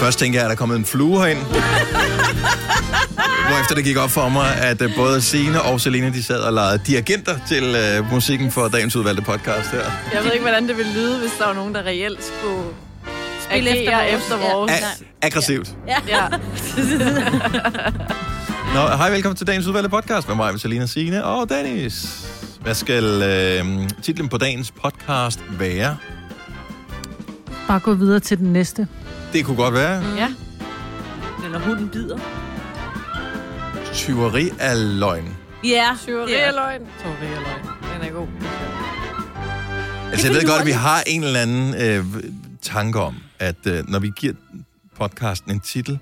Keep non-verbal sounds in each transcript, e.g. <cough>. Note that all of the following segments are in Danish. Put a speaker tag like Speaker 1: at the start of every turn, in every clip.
Speaker 1: Først tænkte jeg, at der er kommet en flue herind. Hvorefter det gik op for mig, at øh, både Sine og Selina, de sad og legede dirigenter til øh, musikken for dagens udvalgte podcast her.
Speaker 2: Jeg ved ikke, hvordan det ville lyde, hvis der var nogen, der reelt skulle spille efter vores. Efter vores.
Speaker 1: <laughs>
Speaker 2: Ja.
Speaker 1: A- aggressivt.
Speaker 2: ja.
Speaker 1: Nå, hej, velkommen til dagens udvalgte podcast med mig, med Selina Signe og Dennis. Hvad skal øh, titlen på dagens podcast være?
Speaker 3: Bare gå videre til den næste.
Speaker 1: Det kunne godt være.
Speaker 2: ja.
Speaker 4: Eller hunden bider.
Speaker 1: Tyveri af løgn.
Speaker 4: Ja.
Speaker 2: Tyveri
Speaker 4: det er-
Speaker 2: er løgn. Tyveri er løgn. Den er god.
Speaker 1: Altså, jeg ved godt, at vi har en eller anden øh, tanke om, at øh, når vi giver podcasten en titel,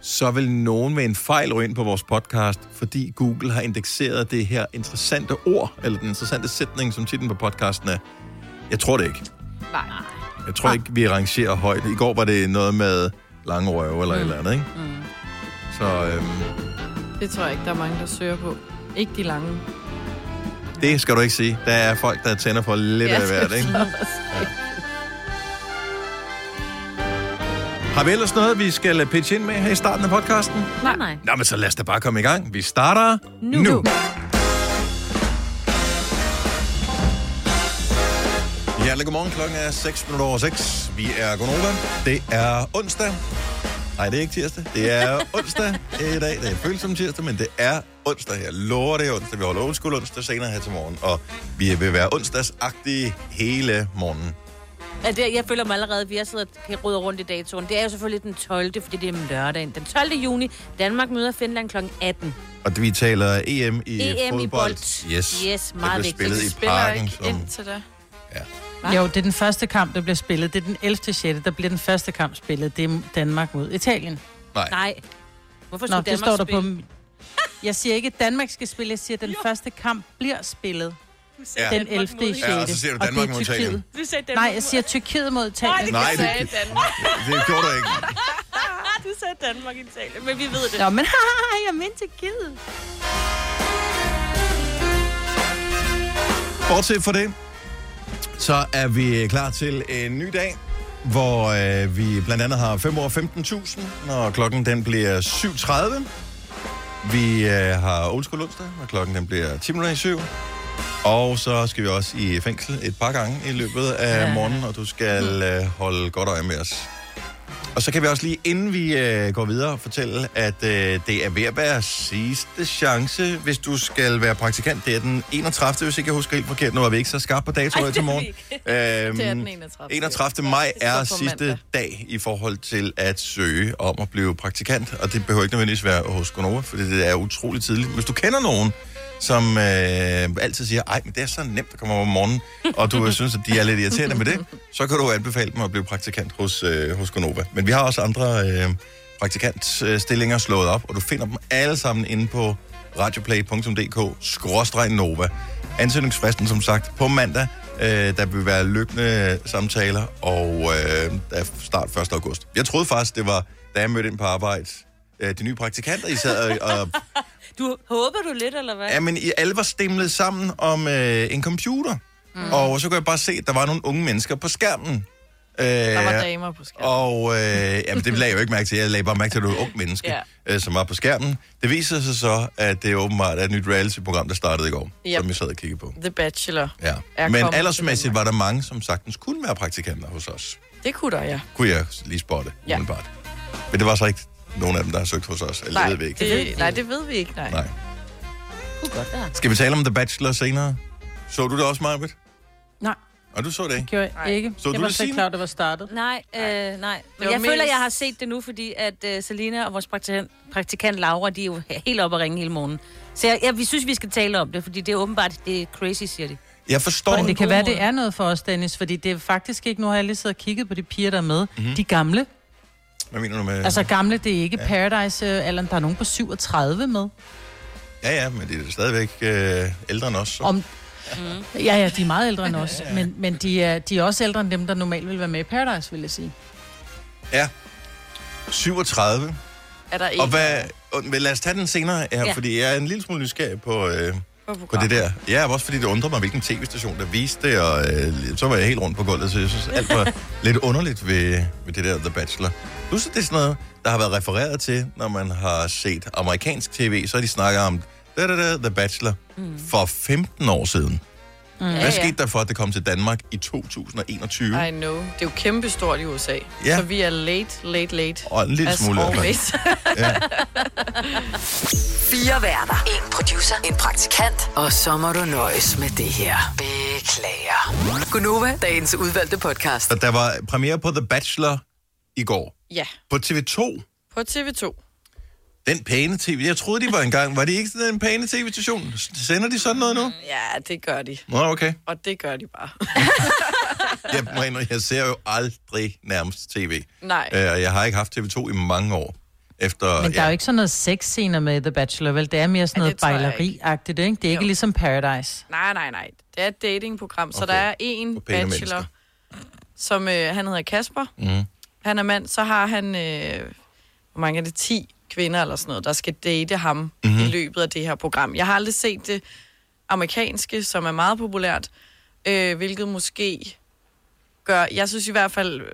Speaker 1: så vil nogen med en fejl ryge ind på vores podcast, fordi Google har indekseret det her interessante ord, eller den interessante sætning, som titlen på podcasten er. Jeg tror det ikke.
Speaker 2: Nej.
Speaker 1: Jeg tror ikke, vi rangerer højt. I går var det noget med lange røve eller mm. et eller andet, ikke? Mm. Så øhm,
Speaker 2: Det tror jeg ikke, der er mange, der søger på. Ikke de lange.
Speaker 1: det skal du ikke sige. Der er folk, der tænder for lidt
Speaker 2: Ja,
Speaker 1: af hvert, ikke? Har vi ellers noget, vi skal øh, pitche ind med her i starten af podcasten?
Speaker 3: Nej, nej.
Speaker 1: Nå, men så lad os da bare komme i gang. Vi starter nu. nu. Hjertelig godmorgen. Klokken er 6 minutter over 6. Vi er Gonova. Det er onsdag. Nej, det er ikke tirsdag. Det er onsdag i dag. Det føles som tirsdag, men det er onsdag. Jeg lover det er onsdag. Vi holder old school onsdag senere her til morgen. Og vi vil være onsdagsagtige hele morgenen.
Speaker 4: Ja, det, jeg føler mig allerede, at vi har siddet og rydder rundt i datoen. Det er jo selvfølgelig den 12., fordi det er lørdagen. Den 12. juni, Danmark møder Finland kl. 18.
Speaker 1: Og vi taler EM i
Speaker 4: EM i
Speaker 1: fodbold.
Speaker 4: bold.
Speaker 1: Yes.
Speaker 4: Yes, meget
Speaker 1: Det blev
Speaker 4: vigtigt.
Speaker 1: spillet
Speaker 4: Det
Speaker 1: i
Speaker 2: <laughs> Spiller
Speaker 1: parken.
Speaker 2: ikke
Speaker 1: Som...
Speaker 2: ind til det.
Speaker 3: Jo, det er den første kamp, der bliver spillet. Det er den 11. 6. Der bliver den første kamp spillet. Det er Danmark mod Italien.
Speaker 1: Nej.
Speaker 4: Nej.
Speaker 3: Nå,
Speaker 4: Hvorfor skulle
Speaker 3: det
Speaker 4: Danmark
Speaker 3: står der
Speaker 4: spille?
Speaker 3: på... Jeg siger ikke, at Danmark skal spille. Jeg siger, at den første kamp bliver spillet
Speaker 1: Ja.
Speaker 3: den 11. 6.
Speaker 1: Ja, og så siger du Danmark mod Italien.
Speaker 4: Du sagde Danmark.
Speaker 3: Nej, jeg siger Tyrkiet mod Italien.
Speaker 1: Nej, det,
Speaker 2: Sagde Danmark.
Speaker 1: det gjorde du ikke.
Speaker 4: du sagde Danmark i Italien, men vi ved det.
Speaker 3: Nå, men <laughs> haha, jeg mente Tyrkiet.
Speaker 1: Bortset fra det, så er vi klar til en ny dag, hvor øh, vi blandt andet har 5 år 15.000, når klokken den bliver 7.30. Vi øh, har Old School onsdag, når klokken den bliver 10 minutter i 7. Og så skal vi også i fængsel et par gange i løbet af
Speaker 3: Ja.
Speaker 1: morgenen, og du
Speaker 2: Mm.
Speaker 1: skal øh, holde godt øje med os. Og så kan vi også lige, inden vi øh, går videre, fortælle, at øh, det er ved at være sidste chance, hvis du skal være praktikant. Det er den 31. hvis ikke jeg husker helt forkert. Nu er vi ikke så skarpe på datoer til morgen.
Speaker 2: <laughs>
Speaker 1: Øhm,
Speaker 2: Det er den 31.
Speaker 1: 31. maj
Speaker 2: Det står
Speaker 1: er
Speaker 2: på
Speaker 1: sidste
Speaker 2: mandag.
Speaker 1: dag i forhold til at søge om at blive praktikant, og det behøver ikke nødvendigvis være hos Gonova, for det er utrolig tidligt. Hvis du kender nogen, som øh, altid siger, ej, men det er så nemt at komme op om morgenen, og du øh, synes, at de er lidt irriterende med det, så kan du anbefale dem at blive praktikant hos, øh, hos Gonova. Men vi har også andre øh, praktikantstillinger slået op, og du finder dem alle sammen inde på radioplay.dk-nova. Ansøgningsfristen, som sagt, på mandag. Øh, der vil være løbende samtaler, og øh, der er start 1. august. Jeg troede faktisk, det var, da jeg mødte ind på arbejde, øh, de nye praktikanter, I sad og, og
Speaker 4: Du håber du lidt, eller hvad?
Speaker 1: Ja, men I alle var stemlet sammen om øh, en computer. Mm. Og så kunne jeg bare se, at der var nogle unge mennesker på skærmen. Øh,
Speaker 2: Der var damer på skærmen.
Speaker 1: og øh, jamen, det lagde jeg jo ikke mærke til. Jeg lagde bare mærke til, at det var et ungt menneske, ja.
Speaker 2: Ja.
Speaker 1: øh, som var på skærmen. Det viser sig så, at det åbenbart er et nyt reality-program, der startede i går, yep.
Speaker 2: Yep.
Speaker 1: som jeg sad og kiggede på.
Speaker 2: The Bachelor.
Speaker 1: Ja.
Speaker 2: Er
Speaker 1: Men
Speaker 2: kommet til
Speaker 1: aldersmæssigt
Speaker 2: Danmark.
Speaker 1: var der mange, som sagtens kunne være praktikanter hos os.
Speaker 2: Det kunne der, ja.
Speaker 1: Kunne jeg lige spotte,
Speaker 2: Ja.
Speaker 1: ja. umiddelbart. Men det var så ikke nogen af dem, der har søgt hos os. Eller
Speaker 2: Nej,
Speaker 1: det ved vi ikke.
Speaker 2: det, nej, det ved vi ikke, nej.
Speaker 1: Nej.
Speaker 4: kunne godt være.
Speaker 1: Skal vi tale om The Bachelor senere? Så du det også, Marbet?
Speaker 3: Nej,
Speaker 1: Og du så det ikke?
Speaker 3: gjorde jeg ikke.
Speaker 1: Så
Speaker 3: jeg
Speaker 1: du
Speaker 3: var
Speaker 1: vil
Speaker 3: så ikke
Speaker 1: sige-
Speaker 3: klar, at det var startet.
Speaker 4: Nej, øh, nej. Men
Speaker 2: var
Speaker 4: jeg føler,
Speaker 2: mest-
Speaker 4: jeg har set det nu, fordi at øh, Selina og vores praktikant, praktikant Laura, de er jo he- helt oppe at ringe hele morgen. Så jeg, jeg, vi synes, vi skal tale om det, fordi det er åbenbart, det er crazy, siger de.
Speaker 1: Jeg forstår
Speaker 3: Men det
Speaker 1: det.
Speaker 3: kan
Speaker 4: god
Speaker 3: være,
Speaker 4: måde.
Speaker 3: det er noget for os, Dennis, fordi det er faktisk ikke... Nu har jeg lige siddet og kigget på de piger, der er med.
Speaker 1: Mhm.
Speaker 3: Mm-hmm. De gamle.
Speaker 1: Hvad mener du med?
Speaker 3: Altså gamle, det er ikke Paradise øh, Allan. Der er nogen på 37 med.
Speaker 1: Ja, ja, men det er da stadigvæk øh, ældre end os. Så.
Speaker 3: Om... Mm. Ja, ja, de er meget ældre end os. Men, men de, er, de er også ældre end dem, der normalt vil være med i Paradise, vil jeg sige.
Speaker 1: Ja. 37.
Speaker 2: Er der
Speaker 1: Og
Speaker 2: en
Speaker 1: hvad... og- men Lad os tage den senere her, ja.
Speaker 4: Ja.
Speaker 1: fordi jeg er en lille smule nysgerrig på, øh,
Speaker 2: på
Speaker 1: på
Speaker 2: programmet?
Speaker 1: det der. Ja, også fordi det undrer mig, hvilken tv-station, der viste det, og øh, så var jeg helt rundt på gulvet, så jeg synes, alt var lidt underligt ved, ved det der The Bachelor. Du så det er sådan noget, der har været refereret til, når man har set amerikansk tv, så har de snakket om da, da, da, The Bachelor mm. for 15 år siden. Mm. Hvad
Speaker 2: Ja, ja.
Speaker 1: skete der for, at det kom til Danmark i 2021?
Speaker 2: I know. Det er jo kæmpestort i USA.
Speaker 1: Ja.
Speaker 2: Så vi er late, late, late.
Speaker 1: Og en lille
Speaker 2: As
Speaker 1: smule i hvert fald.
Speaker 2: always.
Speaker 5: Fire værter. En producer. En praktikant. Og så må du nøjes med det her. Beklager. Gunova, dagens udvalgte podcast.
Speaker 1: Så der var premiere på The Bachelor i går.
Speaker 2: ja,
Speaker 1: På TV2.
Speaker 2: på TV2.
Speaker 1: Den pæne tv. Jeg troede, de var engang. Var det ikke sådan en pæne tv-station? S- Sender de sådan noget nu?
Speaker 2: Ja, det gør de.
Speaker 1: Nå, okay.
Speaker 2: Og det gør de bare.
Speaker 1: Jeg, må indrømme, jeg ser jo aldrig nærmest tv.
Speaker 2: <laughs> Nej.
Speaker 1: Øh, og jeg har ikke haft TV2 i mange år. Efter,
Speaker 3: Men der er jo ikke sådan noget sexscener med The Bachelor, vel? Det er mere sådan
Speaker 2: Ja,
Speaker 3: noget
Speaker 2: det tror jeg ikke.
Speaker 3: bejleri-agtigt, ikke? Det er ikke
Speaker 2: Jo.
Speaker 3: ligesom Paradise.
Speaker 2: Nej, nej, nej. Det er et datingprogram, så
Speaker 1: Okay.
Speaker 2: okay. der er
Speaker 1: For
Speaker 2: en
Speaker 1: pæne
Speaker 2: bachelor,
Speaker 1: mennesker.
Speaker 2: mennesker. som øh, han hedder Kasper. Mm. Han er mand, så har han, øh, hvor mange er det, 10 kvinder eller sådan noget, der skal date ham mm-hmm. i løbet af det her program. Jeg har aldrig set det amerikanske, som er meget populært, øh, hvilket måske gør, jeg synes i hvert fald, øh,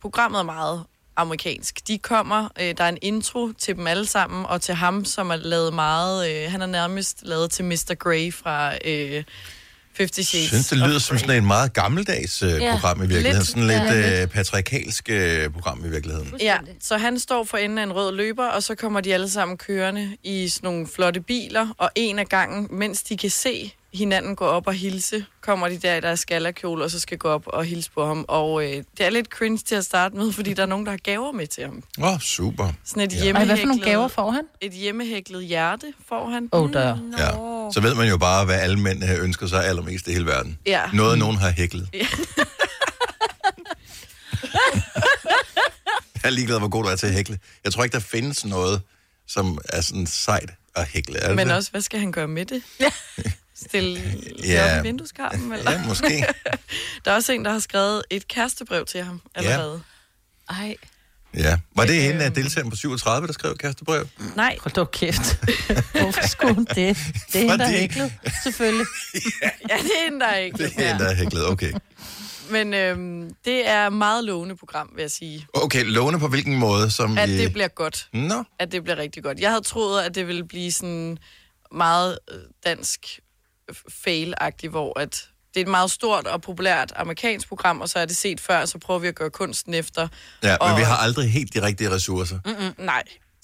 Speaker 2: programmet er meget amerikansk. De kommer, øh, der er en intro til dem alle sammen, og til ham, som er lavet meget, øh, han er nærmest lavet til Mr. Grey fra øh, Fifty Shades.
Speaker 1: Jeg synes, det
Speaker 2: of
Speaker 1: lyder som
Speaker 2: Grey.
Speaker 1: sådan et meget gammeldags øh,
Speaker 4: Ja.
Speaker 1: program i virkeligheden.
Speaker 2: Lidt.
Speaker 1: sådan lidt øh, patriarkalsk øh, program i virkeligheden.
Speaker 2: Ja,
Speaker 4: Fuldstændig.
Speaker 2: så han står for enden af en rød løber, og så kommer de alle sammen kørende i sådan nogle flotte biler, og en af gangen, mens de kan se hinanden gå op og hilse, kommer de der i deres skallerkjole, og så skal gå op og hilse på ham. Og øh, det er lidt cringe til at starte med, fordi der er nogen, der har gaver med til ham.
Speaker 1: Åh, oh, super.
Speaker 2: Sådan et,
Speaker 3: Ej,
Speaker 2: hjemmehæklet,
Speaker 3: hvad for nogle gaver får han?
Speaker 2: et hjemmehæklet hjerte får han.
Speaker 3: Åh, oh, der.
Speaker 1: Ja. Så ved man jo bare, hvad alle mænd øh, ønsker sig allermest i hele verden.
Speaker 2: Ja. Mm.
Speaker 1: Noget, nogen har hæklet.
Speaker 2: Ja.
Speaker 1: <laughs> jeg er ligeglad, hvor god du er til at hækle. Jeg tror ikke, der findes noget, som er sådan sejt at hækle. Er det
Speaker 2: Men
Speaker 1: det?
Speaker 2: også, hvad skal han gøre med det? Stille
Speaker 1: Ja.
Speaker 2: ja. op i vindueskarmen? Eller?
Speaker 1: Ja, måske.
Speaker 2: Der er også en, der har skrevet et kærestebrev til ham allerede.
Speaker 4: Ej.
Speaker 1: Ja. Var det hende af deltageren på 37, der skrev kærestebrev?
Speaker 2: Ja. Nej,
Speaker 3: Hold dog kæft. <laughs> Hvorfor skulle hun det? Det er hende, der
Speaker 1: Fordi-
Speaker 3: hæklet, selvfølgelig.
Speaker 2: ja, det er en, der ikke.
Speaker 1: Det er hende, der er hæklet. Okay.
Speaker 2: Men øhm, det er et meget lovende program, vil jeg sige.
Speaker 1: Okay, låne på hvilken måde? Som
Speaker 2: At
Speaker 1: i-
Speaker 2: det bliver godt.
Speaker 1: Nå,
Speaker 2: At det bliver rigtig godt. Jeg havde troet, at det ville blive sådan meget øh, dansk f- fail-agtigt, hvor at det er et meget stort og populært amerikansk program, og så er det set før, og så prøver vi at gøre kunsten efter.
Speaker 1: ja, men
Speaker 2: og,
Speaker 1: vi har aldrig helt de rigtige ressourcer.
Speaker 2: Mm, nej,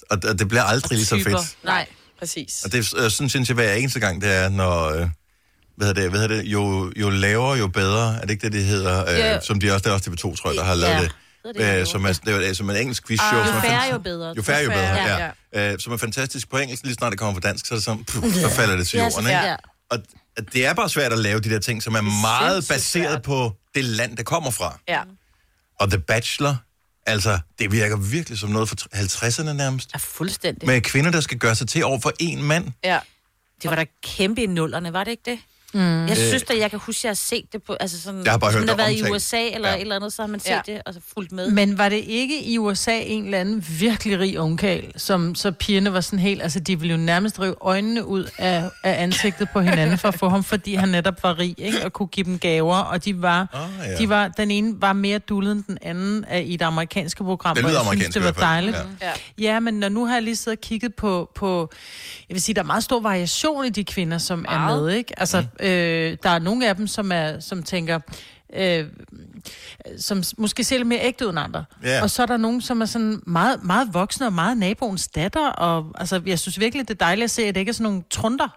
Speaker 1: Og, og det bliver aldrig lige så
Speaker 4: Typer.
Speaker 1: fedt.
Speaker 4: Nej.
Speaker 2: præcis.
Speaker 1: Og det er sådan, synes jeg, hver eneste gang, det er, når... Øh, hvad hedder det? Hvad hedder det? Jo, jo lavere, jo bedre. Er det ikke det, det hedder? Øh,
Speaker 4: Jo.
Speaker 1: Som de også, der er også TV2, tror jeg, der har lavet
Speaker 4: Ja.
Speaker 1: det.
Speaker 4: Det er det,
Speaker 1: Øh, som, er, det er, som er en engelsk quiz show.
Speaker 4: Jo
Speaker 1: som er
Speaker 4: færre,
Speaker 1: fant-
Speaker 4: jo bedre.
Speaker 1: Jo færre, jo
Speaker 2: Jo
Speaker 1: bedre,
Speaker 2: færre,
Speaker 1: ja. ja. Øh, som er fantastisk på engelsk. Lige snart det kommer på dansk, så, er det sådan, pff, så falder det til
Speaker 4: Ja,
Speaker 1: jorden.
Speaker 4: så-
Speaker 1: Ikke?
Speaker 4: ja.
Speaker 1: Og og det er bare svært at lave de der ting, som er meget
Speaker 2: sindssygt
Speaker 1: baseret
Speaker 2: svært.
Speaker 1: på det land, det kommer fra.
Speaker 2: Ja.
Speaker 1: Og The Bachelor, altså, det virker virkelig som noget for 50'erne nærmest.
Speaker 4: Ja, fuldstændig. Men...
Speaker 1: Med kvinder, der skal gøre sig til over for én mand.
Speaker 2: ja.
Speaker 4: Det var da kæmpe i nullerne, var det ikke det? Mm. Jeg synes da, jeg kan huske, at jeg har set det på... Altså sådan,
Speaker 1: Øh. Jeg har bare
Speaker 4: hvis
Speaker 1: hørt
Speaker 4: man
Speaker 1: det
Speaker 4: har været
Speaker 1: omtalt.
Speaker 4: i USA eller
Speaker 1: Ja.
Speaker 4: ja. et eller andet, så har man set
Speaker 2: Ja.
Speaker 4: ja. det og så fulgt med.
Speaker 3: Men var det ikke i USA en eller anden virkelig rig ungkal, som så pigerne var sådan helt, altså de ville jo nærmest rive øjnene ud af, af ansigtet på hinanden for at få ham, fordi han netop var rig, ikke? Og kunne give dem gaver, og de var,
Speaker 1: Ah,
Speaker 3: ah,
Speaker 1: ja.
Speaker 3: ja. de var den ene var mere dullet end den anden af, i det amerikanske program,
Speaker 1: Det
Speaker 3: og
Speaker 1: lyder
Speaker 3: jeg synes,
Speaker 1: amerikansk
Speaker 3: det
Speaker 1: i
Speaker 3: var
Speaker 1: hvert fald,
Speaker 3: dejligt.
Speaker 1: ja.
Speaker 2: Ja.
Speaker 3: Ja, men når nu har jeg lige siddet og kigget på, på jeg vil sige, der er meget stor variation i de kvinder, som er
Speaker 2: Meget.
Speaker 3: med, ikke? Altså,
Speaker 1: Mm.
Speaker 3: øh, der er nogle af dem, som, er, som tænker, øh, som s- måske ser lidt mere ægte ud end andre.
Speaker 1: Ja.
Speaker 3: Og så er der nogen, som er sådan meget, meget voksne og meget naboens datter, og altså, jeg synes virkelig, det er dejligt at se, at det ikke er sådan nogle trunder,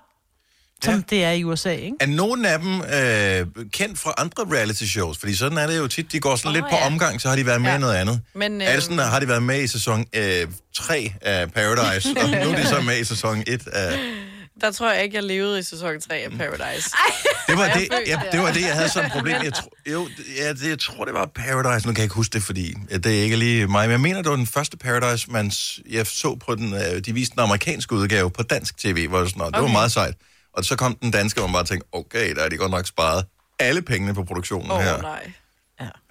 Speaker 3: som
Speaker 1: Ja.
Speaker 3: ja. det er i USA, ikke?
Speaker 1: Er nogen af dem øh, kendt fra andre reality shows? Fordi sådan er det jo tit. De går sådan oh,
Speaker 4: Åh,
Speaker 1: lidt på
Speaker 4: ja.
Speaker 1: omgang, så har de været med ja. i
Speaker 2: Ja.
Speaker 1: noget andet. Men,
Speaker 2: Men,
Speaker 1: øh... Er det
Speaker 2: øh,
Speaker 1: sådan, at har de været med i sæson øh, 3 af Paradise, og nu er de så med i sæson 1 af...
Speaker 2: Der tror jeg ikke, jeg levede i sæson 3 af Paradise.
Speaker 1: Det var det,
Speaker 2: følte
Speaker 1: jeg,
Speaker 2: det.
Speaker 1: det, var det, jeg havde som problem. Jeg, tro, jo, det- ja, det, jeg tror, det var Paradise. Nu kan jeg ikke huske det, fordi ja, det er ikke lige mig. Men jeg mener, det var den første Paradise, man, s- jeg så på den... Øh, de viste den amerikanske udgave på dansk tv. Hvor jeg sådan, okay. Det var meget sejt. Og så kom den danske, hvor man bare tænkte, okay, der er de godt nok sparet alle pengene på produktionen
Speaker 2: Åh,
Speaker 1: her.
Speaker 2: oh, nej.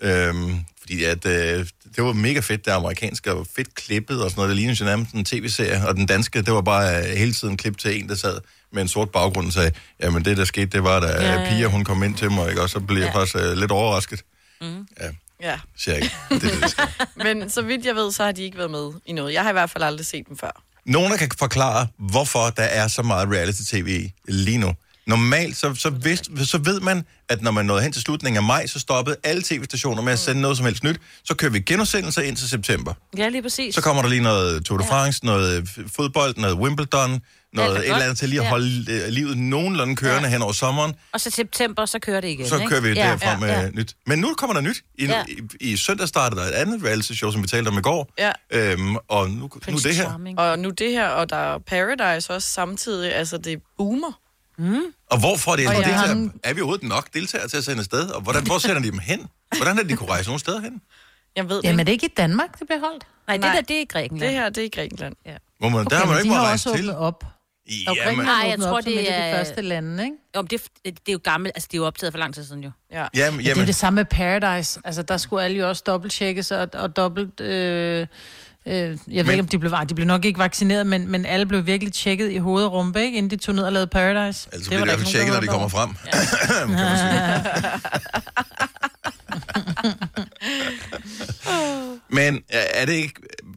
Speaker 1: Øhm, fordi at, øh, det var mega fedt, det amerikanske, og fedt klippet og sådan noget. Det lignede jo nærmest en tv-serie, og den danske, det var bare øh, hele tiden klip til en, der sad med en sort baggrund og sagde, jamen det, der skete, det var, da øh, ja, Pia, hun kom ind til mig, ikke? og så blev jeg faktisk øh, lidt overrasket. Mm. Ja.
Speaker 2: Ja.
Speaker 1: Cirka. Det er det, det skal.
Speaker 2: Men så vidt jeg ved, så har de ikke været med i noget. Jeg har i hvert fald aldrig set dem før.
Speaker 1: Nogen der kan forklare, hvorfor der er så meget reality-tv lige nu. Normalt, så, så, vidst, så ved man, at når man nåede hen til slutningen af maj, så stoppede alle tv-stationer med at sende noget som helst nyt. Så kører vi genudsendelser ind til september.
Speaker 4: Ja, lige præcis.
Speaker 1: Så kommer der lige noget Tour de France, ja. noget øh, f- fodbold, noget Wimbledon, noget et
Speaker 4: godt.
Speaker 1: eller andet til lige at
Speaker 4: Ja.
Speaker 1: holde øh, livet nogenlunde kørende ja. hen over sommeren.
Speaker 4: Og så september, så kører det igen,
Speaker 1: Så
Speaker 4: ikke?
Speaker 1: kører vi
Speaker 4: ja,
Speaker 1: derfra
Speaker 4: ja,
Speaker 1: med
Speaker 4: Ja.
Speaker 1: nyt. Men nu kommer der nyt. I, ja.
Speaker 4: Ja.
Speaker 1: i, i søndag startede der et andet reality-show, som vi talte om i går.
Speaker 2: Ja.
Speaker 1: Øhm, og nu, nu
Speaker 4: Prince
Speaker 1: det her.
Speaker 4: Charming.
Speaker 2: Og nu det her, og der er Paradise også samtidig. Altså, det boomer.
Speaker 1: Og hvorfor er det?
Speaker 3: Og
Speaker 1: Altså,
Speaker 3: jeg har
Speaker 1: deltager,
Speaker 3: en-
Speaker 1: er vi overhovedet nok deltagere til at sende afsted? Og hvordan, hvor sender de dem hen? Hvordan er det, de kunne rejse nogen steder hen?
Speaker 2: Jeg ved
Speaker 3: Jamen,
Speaker 2: Jamen,
Speaker 3: er
Speaker 2: ikke.
Speaker 3: det ikke i Danmark, det bliver holdt?
Speaker 4: Nej, det
Speaker 2: Nej.
Speaker 4: der, det er i Grækenland.
Speaker 2: Det her, det er i Grækenland. Ja.
Speaker 1: Hvor man, okay, der har man
Speaker 3: men
Speaker 1: jo ikke
Speaker 3: de
Speaker 1: måttet
Speaker 3: har
Speaker 1: rejse
Speaker 3: også
Speaker 1: til.
Speaker 3: åbnet op. Og
Speaker 1: Jamen,
Speaker 3: Grækenland
Speaker 4: Nej,
Speaker 3: har
Speaker 4: jeg
Speaker 3: åbnet
Speaker 4: tror,
Speaker 3: op, som
Speaker 4: det
Speaker 3: et af de
Speaker 4: er-
Speaker 3: første lande, ikke?
Speaker 4: Jo, men det, er- det er jo gammelt, altså det er jo optaget for lang tid siden jo.
Speaker 2: Ja.
Speaker 1: jamen,
Speaker 3: Jamen. Det er
Speaker 1: jamen,
Speaker 3: det samme med Paradise. Altså, der skulle alle jo også dobbelttjekkes og, og dobbelt... Øh, øh, jeg ved
Speaker 1: Men-
Speaker 3: ikke, om de blev, ej, de blev nok ikke vaccineret, men, men alle blev virkelig tjekket i hoved og rumpe, ikke, inden de tog ned og lavede Paradise.
Speaker 1: altså bliver det i hvert fald
Speaker 3: der
Speaker 1: tjekket, når de
Speaker 3: var
Speaker 1: kommer
Speaker 3: over.
Speaker 1: frem. <laughs> kan man sige. Men er er det ikke...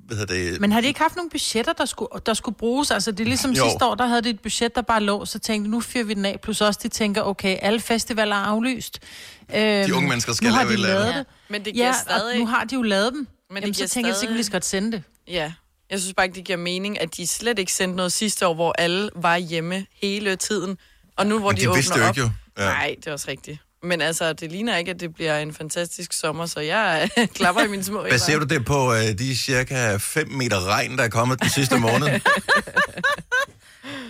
Speaker 1: Hvad hedder det?
Speaker 3: Men har de ikke haft nogle budgetter, der skulle, der skulle bruges? Altså, det er ligesom
Speaker 1: Jo.
Speaker 3: jo. sidste år, der havde de et budget, der bare lå, så tænkte nu fyrer vi den af. Plus også, de tænker, okay, alle festivaler er aflyst. Øhm,
Speaker 1: unge mennesker skal
Speaker 3: nu har
Speaker 1: lave
Speaker 3: de
Speaker 1: et eller
Speaker 3: lavet
Speaker 1: andet.
Speaker 3: det.
Speaker 2: Men det giver
Speaker 3: Ja, og
Speaker 2: stadig...
Speaker 3: nu har de jo lavet dem. Men
Speaker 2: det
Speaker 3: Jamen, så
Speaker 2: giver
Speaker 3: tænker jeg
Speaker 2: stadig-
Speaker 3: sikkert, vi skal sende det.
Speaker 2: Ja. Jeg synes bare ikke, det giver mening, at de slet ikke sendte noget sidste år, hvor alle var hjemme hele tiden. Og nu, hvor
Speaker 1: Men
Speaker 2: de,
Speaker 1: de
Speaker 2: åbner
Speaker 1: vidste jo
Speaker 2: op...
Speaker 1: ikke jo. Ja.
Speaker 2: Ja. Nej, det er også rigtigt. Men altså, det ligner ikke, at det bliver en fantastisk sommer, så jeg <laughs> klapper i mine små hænder.
Speaker 1: Baserer du det på øh, de cirka 5 meter regn, der er kommet den sidste måned?
Speaker 4: Har du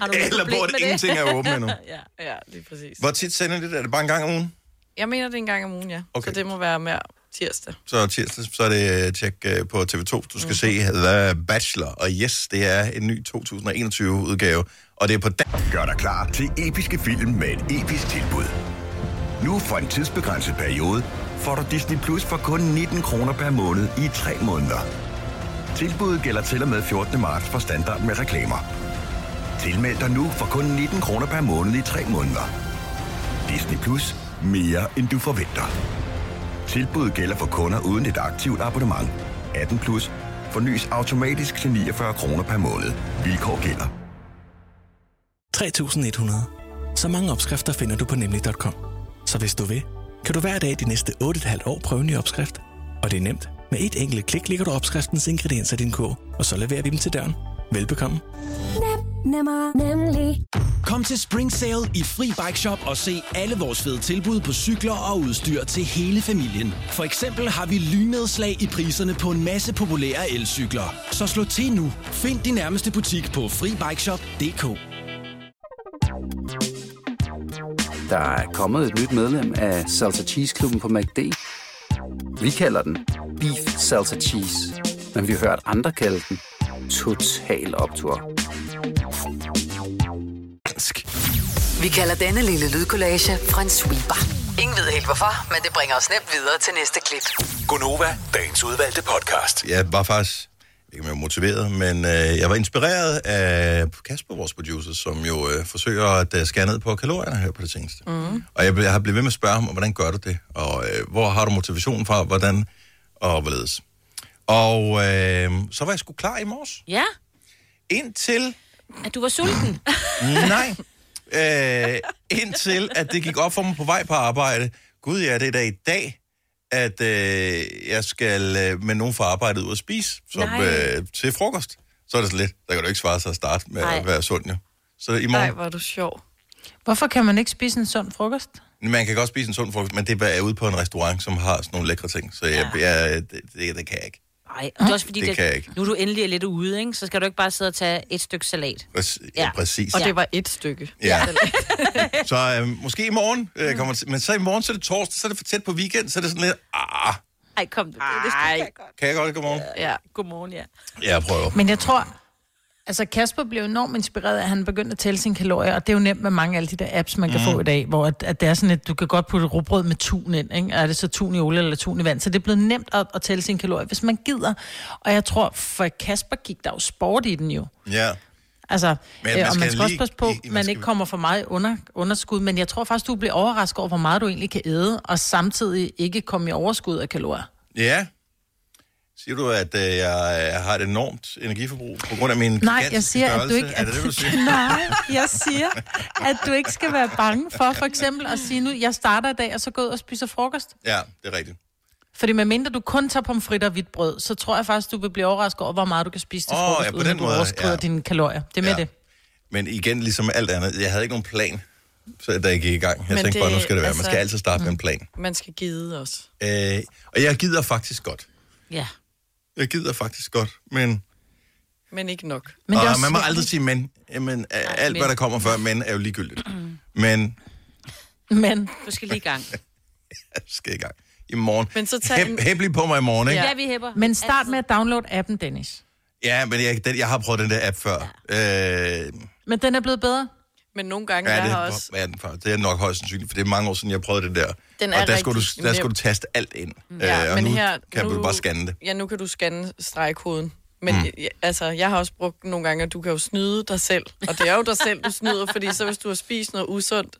Speaker 4: noget
Speaker 1: Eller
Speaker 4: problem
Speaker 1: hvor
Speaker 4: med
Speaker 1: det ingenting er åbent endnu?
Speaker 4: <laughs> Ja.
Speaker 2: Ja, lige præcis.
Speaker 1: Hvor tit sender de det? Er det bare en gang om ugen?
Speaker 2: Jeg mener, det er en gang om ugen, ja.
Speaker 1: Okay.
Speaker 2: Okay. Så det må være mere tirsdag.
Speaker 1: så tirsdag, så er det øh, tjek øh, på TV2, du skal mm. se The Bachelor. Og yes, det er en ny 2021-udgave, og det er på dansk.
Speaker 6: Gør dig klar til episke film med et episk tilbud. Nu for en tidsbegrænset periode får du Disney Plus for kun 19 kroner per måned i 3 måneder. Tilbuddet gælder til og med 14. marts for standard med reklamer. Tilmeld dig nu for kun 19 kroner per måned i 3 måneder. Disney Plus. Mere end du forventer. Tilbuddet gælder for kunder uden et aktivt abonnement. 18 plus. Fornyes automatisk til 49 kroner per måned. Vilkår gælder.
Speaker 7: 3100. Så mange opskrifter finder du på nemlig.com. Så hvis du vil, kan du hver dag de næste 8,5 år prøve en ny opskrift. Og det er nemt. Med et enkelt klik ligger du opskriftens ingredienser i din kog, og så leverer vi dem til døren. Velbekomme.
Speaker 8: Nemmer, nemlig.
Speaker 9: Kom til Spring Sale i Fri Bike Shop og se alle vores fede tilbud på cykler og udstyr til hele familien. For eksempel har vi lynedslag i priserne på en masse populære elcykler. Så slå til nu. Find din nærmeste butik på FriBikeShop.dk
Speaker 10: Der er kommet et nyt medlem af Salsa Cheese Klubben på MACD. Vi kalder den Beef Salsa Cheese, men vi har hørt andre kalde den Total Optor.
Speaker 5: Vi kalder denne lille lydkollage en sweeper. Ingen ved helt hvorfor, men det bringer os nemt videre til næste klip.
Speaker 9: Gonova, dagens udvalgte podcast.
Speaker 1: Jeg var faktisk, ikke om jeg var motiveret, men øh, jeg var inspireret af Kasper, vores producer, som jo øh, forsøger at øh, skære ned på kalorierne her på det seneste. Mm. Og jeg, ble- jeg har blevet ved med at spørge ham, hvordan gør du det? Og øh, hvor har du motivationen fra? Hvordan? Og hvorledes? Og øh, så var jeg sgu klar i morges.
Speaker 4: ja,
Speaker 1: Indtil
Speaker 4: at du var sulten.
Speaker 1: Nej. Øh, indtil at det gik op for mig på vej på arbejde. Gud ja, det er da i dag, at øh, jeg skal øh, med nogen fra arbejdet ud og spise som,
Speaker 4: Nej.
Speaker 1: øh, til frokost. Så er det så lidt. Der kan du ikke svare sig at starte med
Speaker 4: Nej.
Speaker 1: at være sund, jo. Så
Speaker 2: Nej,
Speaker 1: i morgen,
Speaker 2: hvor er du sjov.
Speaker 3: Hvorfor kan man ikke spise en sund frokost?
Speaker 1: man kan godt spise en sund frokost, men det er bare ude på en restaurant, som har sådan nogle lækre ting. Så jeg, jeg, øh, det, det, det kan jeg ikke.
Speaker 4: Nej, og det er også fordi,
Speaker 1: Det kan jeg ikke.
Speaker 4: nu er du endelig er lidt ude, ikke? så skal du ikke bare sidde og tage et stykke salat.
Speaker 1: Præc- ja.
Speaker 4: Ja.
Speaker 1: Præcis.
Speaker 2: Og det var et stykke.
Speaker 1: Ja. <laughs> så øh, måske i morgen øh, kommer til, Men så i morgen, så er det torsdag, så er det for tæt på weekend, så er det sådan lidt, ah,
Speaker 4: Nej, kom du. Nej.
Speaker 1: kan jeg godt ikke i morgen?
Speaker 2: Ja.
Speaker 4: Godmorgen, ja.
Speaker 1: Ja, jeg prøver.
Speaker 3: Men jeg tror, altså Kasper blev enormt inspireret af, at han begyndte at tælle sine kalorier, og det er jo nemt med mange af alle de der apps, man kan mm. få i dag, hvor at, at det er sådan, at du kan godt putte rugbrød med tun ind, ikke? er det så tun i olie eller tun i vand, så det er blevet nemt at, at tælle sine kalorier, hvis man gider. Og jeg tror, for Kasper gik der jo sport i den jo.
Speaker 1: Ja.
Speaker 3: Altså, men,
Speaker 1: Men man
Speaker 3: øh, og
Speaker 1: skal
Speaker 3: man skal også
Speaker 1: lige-
Speaker 3: passe på,
Speaker 1: i-
Speaker 3: at
Speaker 1: man
Speaker 3: man
Speaker 1: skal-
Speaker 3: ikke kommer for meget i under, underskud, men jeg tror faktisk, du bliver overrasket over, hvor meget du egentlig kan æde, og samtidig ikke komme i overskud af kalorier.
Speaker 1: Ja. Siger du, at øh, jeg øh, har et enormt energiforbrug på grund af min
Speaker 3: Nej,
Speaker 1: gigantiske
Speaker 3: jeg siger, at du
Speaker 1: størrelse?
Speaker 3: ikke...
Speaker 1: Er det det,
Speaker 3: <laughs>
Speaker 1: du siger?
Speaker 3: Nej, jeg siger, at du ikke skal være bange for for eksempel at sige nu, jeg starter i dag, og så går ud og spiser frokost.
Speaker 1: Ja, det er rigtigt.
Speaker 3: Fordi medmindre du kun tager pomfritter og hvidt brød, så tror jeg faktisk, du vil blive overrasket over, hvor meget du kan spise til
Speaker 1: Åh,
Speaker 3: frokost,
Speaker 1: ja, på
Speaker 3: uden
Speaker 1: den
Speaker 3: at du
Speaker 1: måde,
Speaker 3: overskrider
Speaker 1: ja.
Speaker 3: dine kalorier. Det er med
Speaker 1: Ja.
Speaker 3: ja. det.
Speaker 1: Men igen, ligesom alt andet, jeg havde ikke nogen plan, så da jeg gik i gang. Jeg
Speaker 2: Men
Speaker 1: tænkte bare,
Speaker 2: det-
Speaker 1: nu skal det være. Man
Speaker 2: altså-
Speaker 1: skal altid starte
Speaker 3: Mm.
Speaker 1: med en plan.
Speaker 2: Man skal gide også.
Speaker 1: Øh, og jeg gider faktisk godt.
Speaker 4: Ja.
Speaker 1: Jeg gider faktisk godt, men...
Speaker 2: Men ikke nok.
Speaker 1: Men og man må aldrig sige men. Jamen, øh, alt, hvad der kommer før men, er jo ligegyldigt.
Speaker 3: Mm.
Speaker 1: Men <laughs>
Speaker 3: Men...
Speaker 4: Du skal lige i <laughs> gang.
Speaker 1: jeg skal i gang. I morgen.
Speaker 3: Men så tag en-
Speaker 1: Hæb, hæb lige på mig i morgen, ikke?
Speaker 4: vi hæpper.
Speaker 3: Men start med at downloade appen, Dennis.
Speaker 1: Ja, men jeg, den, jeg har prøvet den der app før. Ja. Øh,
Speaker 3: Men den er blevet bedre.
Speaker 2: Men nogle gange,
Speaker 1: Ja,
Speaker 2: ja,
Speaker 1: det,
Speaker 2: jeg har
Speaker 1: er,
Speaker 2: også...
Speaker 1: hvad er den for? Det er nok højst sandsynligt, for det er mange år siden, jeg prøvede det der.
Speaker 2: Den
Speaker 1: og
Speaker 2: er
Speaker 1: der skulle,
Speaker 2: rigtig
Speaker 1: du, der
Speaker 2: nem.
Speaker 1: skulle du taste alt ind.
Speaker 2: Ja,
Speaker 1: øh, og
Speaker 2: men
Speaker 1: nu
Speaker 2: her-
Speaker 1: kan du
Speaker 2: nu-
Speaker 1: bare scanne det.
Speaker 2: Ja, nu kan du scanne stregkoden. Men
Speaker 1: Mm.
Speaker 2: mm. altså, jeg har også brugt nogle gange, at du kan jo snyde dig selv. Og det er jo dig selv, du snyder, fordi så hvis du har spist noget usundt,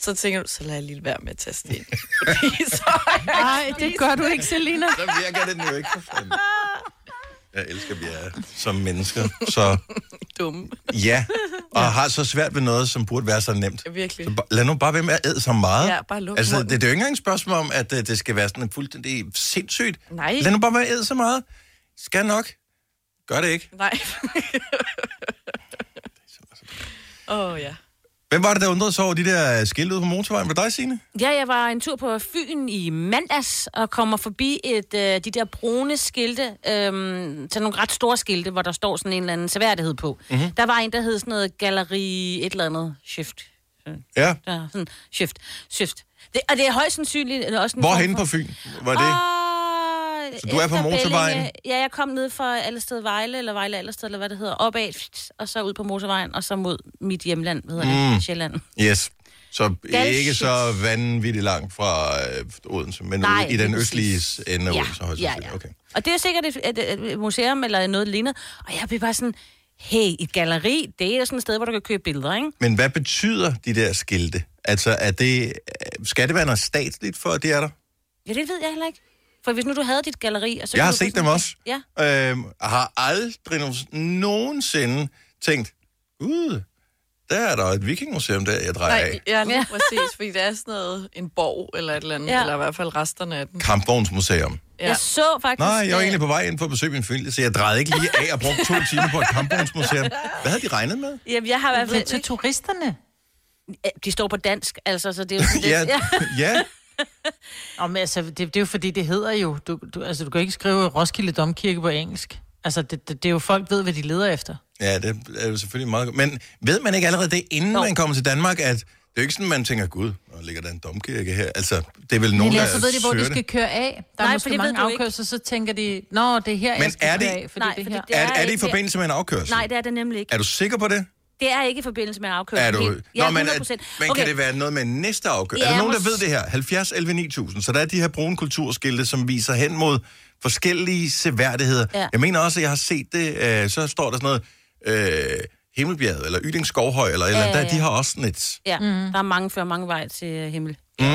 Speaker 2: så tænker du, så lader jeg lige være med at taste det <laughs> ind.
Speaker 3: Nej, det gør du ikke, Selina.
Speaker 1: Så virker den jo ikke for fanden. <laughs> Jeg elsker, at vi er som mennesker. Så
Speaker 2: Dumme.
Speaker 1: ja, og har så svært ved noget, som burde være så nemt.
Speaker 2: Virkelig.
Speaker 1: Så ba- lad nu bare være med at æde så meget.
Speaker 2: Ja, bare luk
Speaker 1: altså, det,
Speaker 2: munden.
Speaker 1: det er jo ikke engang et spørgsmål om, at uh, det skal være sådan fuldstændig sindssygt.
Speaker 2: Nej.
Speaker 1: Lad nu bare være med at æde så meget. Skal nok. Gør det ikke.
Speaker 2: Nej.
Speaker 1: <laughs>
Speaker 2: Åh, oh, ja.
Speaker 1: Hvem var det, der undrede sig over de der øh, skilte ude på motorvejen? Var det dig, Signe?
Speaker 4: Ja, jeg var en tur på Fyn i mandags og kommer forbi et, øh, de der brune skilte, øh, til nogle ret store skilte, hvor der står sådan en eller anden seværdighed på.
Speaker 1: Mhm.
Speaker 4: Mm-hmm. Der var en, der hed sådan noget galleri et eller andet shift.
Speaker 1: Ja.
Speaker 4: Der, sådan, shift, shift. Det, og det er højst sandsynligt øh, også... en
Speaker 1: Hvorhenne
Speaker 4: form
Speaker 1: på
Speaker 4: for-
Speaker 1: Fyn var det?
Speaker 4: Og
Speaker 1: Så du er på
Speaker 4: efter
Speaker 1: motorvejen?
Speaker 4: Bellinge- Ja, jeg kom ned fra Allersted Vejle, eller Vejle Allersted, eller hvad det hedder, opad, og så ud på motorvejen, og så mod mit hjemland, hvad hedder
Speaker 1: Mm.
Speaker 4: det, Sjælland.
Speaker 1: Yes. Så
Speaker 4: Gal
Speaker 1: ikke
Speaker 4: Ah. shit.
Speaker 1: så vanvittigt langt fra øh, Odense, men
Speaker 4: Nej,
Speaker 1: Nej, i den
Speaker 4: lige
Speaker 1: østlige
Speaker 4: præcis.
Speaker 1: ende af
Speaker 4: Ja,
Speaker 1: Odense. højst
Speaker 4: ja,
Speaker 1: sandsynligt.
Speaker 4: ja.
Speaker 1: Okay.
Speaker 4: Og det er jo sikkert et, et, et museum eller noget lignende. Og jeg blev bare sådan, hey, et galeri, det er jo sådan et sted, hvor du kan købe billeder, ikke?
Speaker 1: Men hvad betyder de der skilte? Altså, er det, øh, skal det være noget statsligt for, at det er der?
Speaker 4: Ja, det ved jeg heller ikke. For hvis nu du havde dit galeri... Og så
Speaker 1: Jeg
Speaker 4: kunne
Speaker 1: har
Speaker 4: du få
Speaker 1: set
Speaker 4: sådan-
Speaker 1: dem også.
Speaker 4: Ja.
Speaker 1: Øhm, har aldrig nogen- nogensinde tænkt, gud, der er der et vikingmuseum, der jeg drejer
Speaker 2: Nej,
Speaker 1: af.
Speaker 2: ja, lige præcis, fordi det er sådan noget, en borg eller et eller andet,
Speaker 4: Ja.
Speaker 2: ja. eller i hvert fald resterne af den.
Speaker 1: Kampvognsmuseum.
Speaker 2: Ja.
Speaker 4: Jeg så faktisk...
Speaker 1: Nej, jeg var
Speaker 4: øh,
Speaker 1: egentlig på vej ind for at besøge min familie, så jeg drejede ikke lige af og brugte to timer på et kampvognsmuseum. Hvad havde de regnet med?
Speaker 4: Jamen, jeg har i hvert
Speaker 3: Men
Speaker 4: fald...
Speaker 3: til turisterne.
Speaker 4: Øh, De står på dansk, altså, så det er jo
Speaker 1: <laughs>
Speaker 4: sådan lidt...
Speaker 1: Ja, ja.
Speaker 3: Nå, men altså, det, det, er jo fordi, det hedder jo... Du, du, altså, du kan ikke skrive Roskilde Domkirke på engelsk. Altså, det, det, det er jo folk ved, hvad de leder efter.
Speaker 1: Ja, det er jo selvfølgelig meget godt. Men ved man ikke allerede det, inden man kommer til Danmark, at det er jo ikke sådan, man tænker, gud, hvor ligger der en domkirke her? Altså, det er vel
Speaker 3: Men
Speaker 1: nogen, der
Speaker 3: ja, så ved de, hvor
Speaker 1: søger
Speaker 3: de skal
Speaker 1: det.
Speaker 3: køre af. Der er
Speaker 4: Nej,
Speaker 3: Nej,
Speaker 4: for
Speaker 3: måske
Speaker 4: det ved
Speaker 3: mange
Speaker 4: du ikke.
Speaker 3: afkørsler, så tænker de, nå, det er her,
Speaker 1: Men
Speaker 3: jeg skal
Speaker 1: er det-
Speaker 3: køre af, fordi
Speaker 4: Nej,
Speaker 3: det er
Speaker 4: fordi
Speaker 3: her.
Speaker 4: det
Speaker 1: Er,
Speaker 4: er
Speaker 1: er det i
Speaker 4: ikke-
Speaker 1: forbindelse med en afkørsel?
Speaker 4: Nej, det er det nemlig ikke.
Speaker 1: Er du sikker på det?
Speaker 4: Det er ikke i forbindelse med afkørsel.
Speaker 1: Er du...
Speaker 4: Helt- Ja,
Speaker 1: men,
Speaker 4: 100 procent.
Speaker 1: men kan det være noget med næste afkørsel?
Speaker 4: Ja,
Speaker 1: er der nogen, der
Speaker 4: mås-
Speaker 1: ved det her? 70 11 9000. Så der er de her brune kulturskilte, som viser hen mod forskellige seværdigheder.
Speaker 4: Ja.
Speaker 1: Jeg mener også, at jeg har set det, øh, så står der sådan noget... Øh, Himmelbjerget, eller Yding Skovhøj, eller, eller
Speaker 4: Ja,
Speaker 1: ja,
Speaker 4: ja,
Speaker 1: ja. Der, de har også sådan et...
Speaker 4: Ja, mm. der er mange før mange vej til øh, himmel.
Speaker 1: Mm.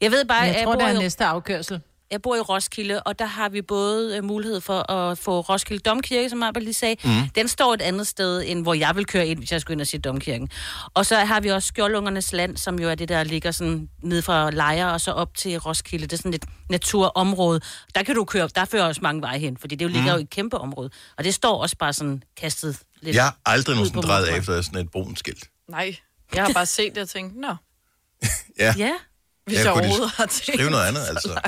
Speaker 4: Jeg ved bare,
Speaker 3: Men
Speaker 4: at
Speaker 3: Jeg tror,
Speaker 4: bor
Speaker 3: det er
Speaker 4: jo-
Speaker 3: næste afkørsel.
Speaker 4: Jeg bor i Roskilde, og der har vi både øh, mulighed for at få Roskilde Domkirke, som Arbel lige sagde. Mm.
Speaker 1: Mhm.
Speaker 4: Den står et andet sted, end hvor jeg vil køre ind, hvis jeg skulle ind og se Domkirken. Og så har vi også Skjoldungernes Land, som jo er det, der ligger sådan ned fra Lejre og så op til Roskilde. Det er sådan et naturområde. Der kan du køre, der fører også mange veje hen, fordi det jo
Speaker 1: Mhm.
Speaker 4: ligger mm. jo i et kæmpe område. Og det står også bare sådan kastet lidt.
Speaker 1: Jeg har aldrig
Speaker 4: ud
Speaker 1: nogensinde
Speaker 4: på
Speaker 1: drejet
Speaker 4: motorvejen.
Speaker 1: efter sådan et brunt skilt.
Speaker 2: Nej, jeg har bare set det og tænkt, nå,
Speaker 1: Ja.
Speaker 4: Ja.
Speaker 2: hvis
Speaker 1: Ja,
Speaker 2: jeg
Speaker 1: kunne de
Speaker 2: overhovedet har tænkt.
Speaker 1: Skriv noget andet, altså.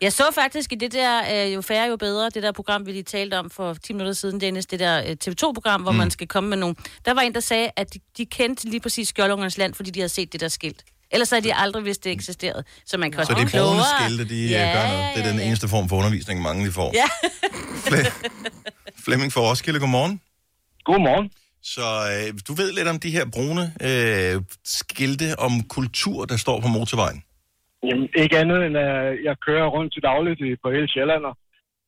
Speaker 4: Jeg så faktisk i det der, øh, jo færre jo bedre, det der program, vi lige talte om for 10 minutter siden, Dennis, det der øh, TV2-program, hvor mm. man skal komme med nogle... Der var en, der sagde, at de, de kendte lige præcis Skjoldungernes land, fordi de havde set det der skilt. Ellers havde de aldrig vidst, det eksisterede. Så man kan også
Speaker 1: Så de
Speaker 4: blive
Speaker 1: brune
Speaker 4: klogere.
Speaker 1: skilte, de ja, gør noget. Det er den eneste form for undervisning, mange de får.
Speaker 4: Ja.
Speaker 1: Fle- Flemming fra Roskilde, godmorgen.
Speaker 11: Godmorgen.
Speaker 1: Så øh, du ved lidt om de her brune øh, skilte om kultur, der står på motorvejen.
Speaker 11: Jamen, ikke andet end, at jeg kører rundt til dagligt i- på hele Sjælland, og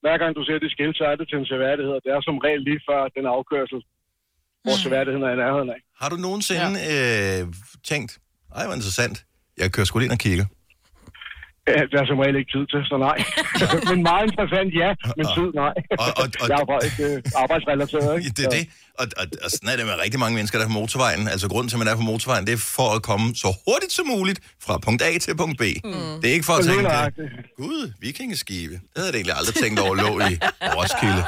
Speaker 11: hver gang du ser det skilt, så er det til en seværdighed, og det er som regel lige før den afkørsel, hvor seværdigheden er i nærheden af.
Speaker 1: Har du nogensinde ja. øh, tænkt, ej, hvor interessant, jeg kører sgu lige ind og kigger.
Speaker 11: Ja, der er som regel ikke tid til, så nej. men meget interessant, ja, men tid, nej.
Speaker 1: Og, og, og,
Speaker 11: <laughs> jeg er bare ikke øh, arbejdsrelateret, ikke?
Speaker 1: <laughs> Det er det. Og, og, og sådan er det med rigtig mange mennesker, der er på motorvejen. Altså grunden til, at man er på motorvejen, det er for at komme så hurtigt som muligt fra punkt A til punkt B. Mm. Det er ikke for at
Speaker 11: Lige
Speaker 1: tænke,
Speaker 11: nøjagtigt.
Speaker 1: gud, vikingeskibe. Det havde jeg egentlig aldrig tænkt over lå i Roskilde.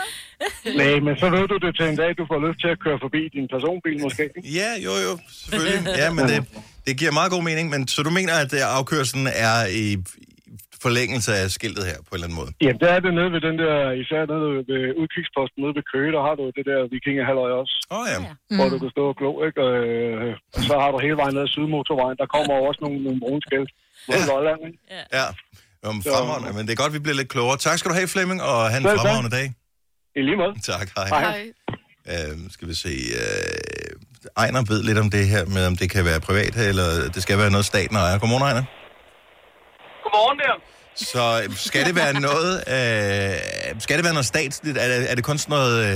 Speaker 11: Nej, men så ved du det til en dag, du får lyst til at køre forbi din personbil måske.
Speaker 1: Ja, jo, jo, selvfølgelig. Ja, men det, det giver meget god mening. Men så du mener, at øh, afkørslen er i forlængelse af skiltet her på en eller anden måde?
Speaker 11: Jamen, der er det nede ved den der, især nede ved- ved udkigsposten nede ved Køge, der har du det der vikingehalløj også.
Speaker 1: Åh oh, ja.
Speaker 11: Hvor du kan stå og glo, ikke? Og, øh, og så har du hele vejen ned ad Sydmotorvejen, der kommer jo også nogle, nogle brunskæld. Ja. Lolland, ikke?
Speaker 1: Ja. Om fremragende, men det er godt, vi bliver lidt klogere. Tak skal du have, Flemming, og han en
Speaker 11: Selv tak.
Speaker 1: fremragende dag.
Speaker 11: I lige måde.
Speaker 1: Tak, hej. Øhm, skal vi se. Øh, Ejner ved lidt om det her med, om det kan være privat, eller det skal være noget, staten ejer. Godmorgen, Ejner.
Speaker 12: Godmorgen der.
Speaker 1: Så øh, skal det være noget, øh, skal det være noget statsligt? Er, det- er det kun sådan noget, øh,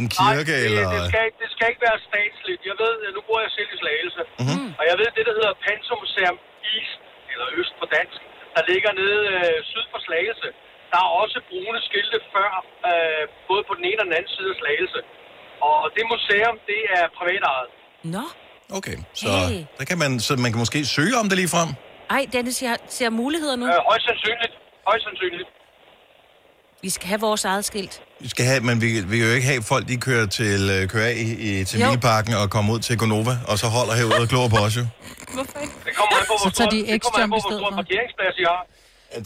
Speaker 1: en kirke,
Speaker 12: Nej, det,
Speaker 1: eller...
Speaker 12: Det skal, ikke, det skal ikke være statsligt. Jeg ved, nu bor jeg selv i Slagelse,
Speaker 1: Mhm.
Speaker 12: og jeg ved, det der hedder Pantomuseum East, eller Øst på dansk, der ligger nede øh, syd for Slagelse. Der er også brune skilte før, øh, både på den ene og den anden side af Slagelse. Og det museum, det er privatejet.
Speaker 4: Nå.
Speaker 1: Okay. Så der kan man, så man kan måske søge om det lige frem.
Speaker 4: Ej, Dennis, jeg ser muligheder nu.
Speaker 12: Øh, højst sandsynligt. Højst sandsynligt.
Speaker 4: Vi skal have vores eget skilt.
Speaker 1: Vi skal have, men vi, vi kan jo ikke have folk, de kører til øh, kører af i, i- til
Speaker 4: Jo.
Speaker 1: Mileparken og kommer ud til Gonova, og så holder herude og kloger på
Speaker 12: <laughs>
Speaker 1: os jo.
Speaker 12: Hvorfor ikke? Det kommer an på, hvor
Speaker 3: Så tager
Speaker 12: stor-
Speaker 3: de
Speaker 12: det kommer
Speaker 3: X-Jump i
Speaker 12: an på, hvor
Speaker 3: stedet
Speaker 12: stor en
Speaker 3: for.
Speaker 12: parkeringsplads I har.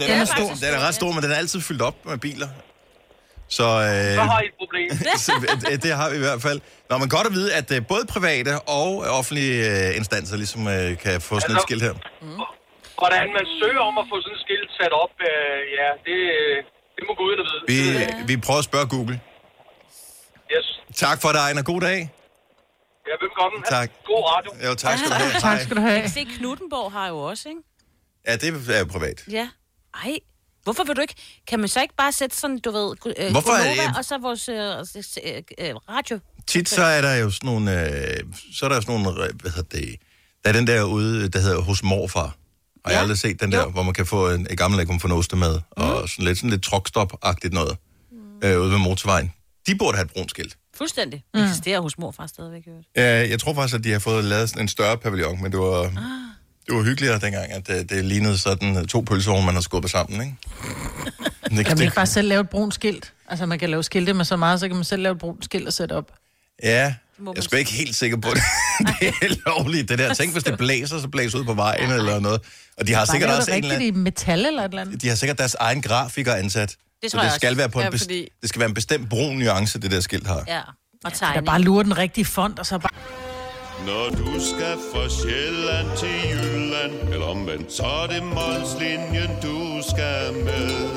Speaker 1: Den er, stor. Den er ret stor, men den er altid fyldt op med biler. Så, øh,
Speaker 12: Så har I et problem.
Speaker 1: <laughs> så, øh, det har vi i hvert fald. Nå, men godt at vide, at øh, både private og øh, offentlige øh, instanser ligesom øh, kan få sådan et
Speaker 12: Altså-
Speaker 1: skilt her.
Speaker 12: Hvordan man søger om at få sådan et skilt sat op, øh, ja, det, det må gå ud og vide.
Speaker 1: Vi, vi prøver at spørge Google.
Speaker 12: Yes.
Speaker 1: Tak for dig, Ejner. God dag.
Speaker 12: Ja, velkommen.
Speaker 1: Tak.
Speaker 12: God radio.
Speaker 1: Jo, tak skal du have. Hej.
Speaker 4: Jeg kan se, Knuttenborg har jo også, ikke?
Speaker 1: Ja, det er jo privat.
Speaker 4: Ja. Ej, hvorfor vil du ikke? Kan man så ikke bare sætte sådan, du ved, øh,
Speaker 1: Hvorfor er det-
Speaker 4: Gonova og så vores øh, øh, øh, radio?
Speaker 1: Tit så er der jo sådan nogle, øh, så er der jo sådan nogle, øh, hvad hedder det, der er den der ude, der hedder Hos Morfar. Har ja. jeg aldrig set den der, hvor man kan få en, en gammel, der kan få en ostemad, mm. og sådan lidt, sådan lidt truckstop-agtigt noget, øh, ude ved motorvejen. De burde have et brunt skilt.
Speaker 4: Fuldstændig. Mm. Eksisterer hos morfar stadigvæk, jo.
Speaker 1: Øh, jeg tror faktisk, at de har fået lavet sådan en større pavillon, men det var, ah. det var hyggeligere dengang, at det, det lignede sådan øh, to pølseovne, man har skubbet sammen, ikke? Men det,
Speaker 3: Kan man
Speaker 1: det,
Speaker 3: ikke bare selv lave et brunt skilt? Altså, man kan lave skilte med så meget, så kan man selv lave et brunt skilt og sætte op.
Speaker 1: Ja, jeg er sgu ikke helt sikker
Speaker 3: <laughs>
Speaker 1: på det. det er lovligt, det der. Tænk, hvis det blæser, så blæser ud på vejen eller noget. Og de har
Speaker 3: Bare
Speaker 1: sikkert
Speaker 3: lave
Speaker 1: også
Speaker 3: det
Speaker 1: en eller
Speaker 3: rigtigt
Speaker 1: anden,
Speaker 3: i metal eller et eller andet.
Speaker 1: de har sikkert deres egen grafiker ansat.
Speaker 3: Det
Speaker 1: så
Speaker 3: tror
Speaker 1: det
Speaker 3: jeg
Speaker 1: skal
Speaker 3: også.
Speaker 1: være på en
Speaker 3: Ja,
Speaker 1: best,
Speaker 3: fordi-
Speaker 1: det skal være en bestemt brun nuance, det der skilt har.
Speaker 4: Ja, og
Speaker 3: Der
Speaker 4: tegning.
Speaker 3: bare lurer den rigtige fond, og så bare...
Speaker 13: Når du skal fra Sjælland til Jylland, eller omvendt, så er det Molslinjen, du skal med.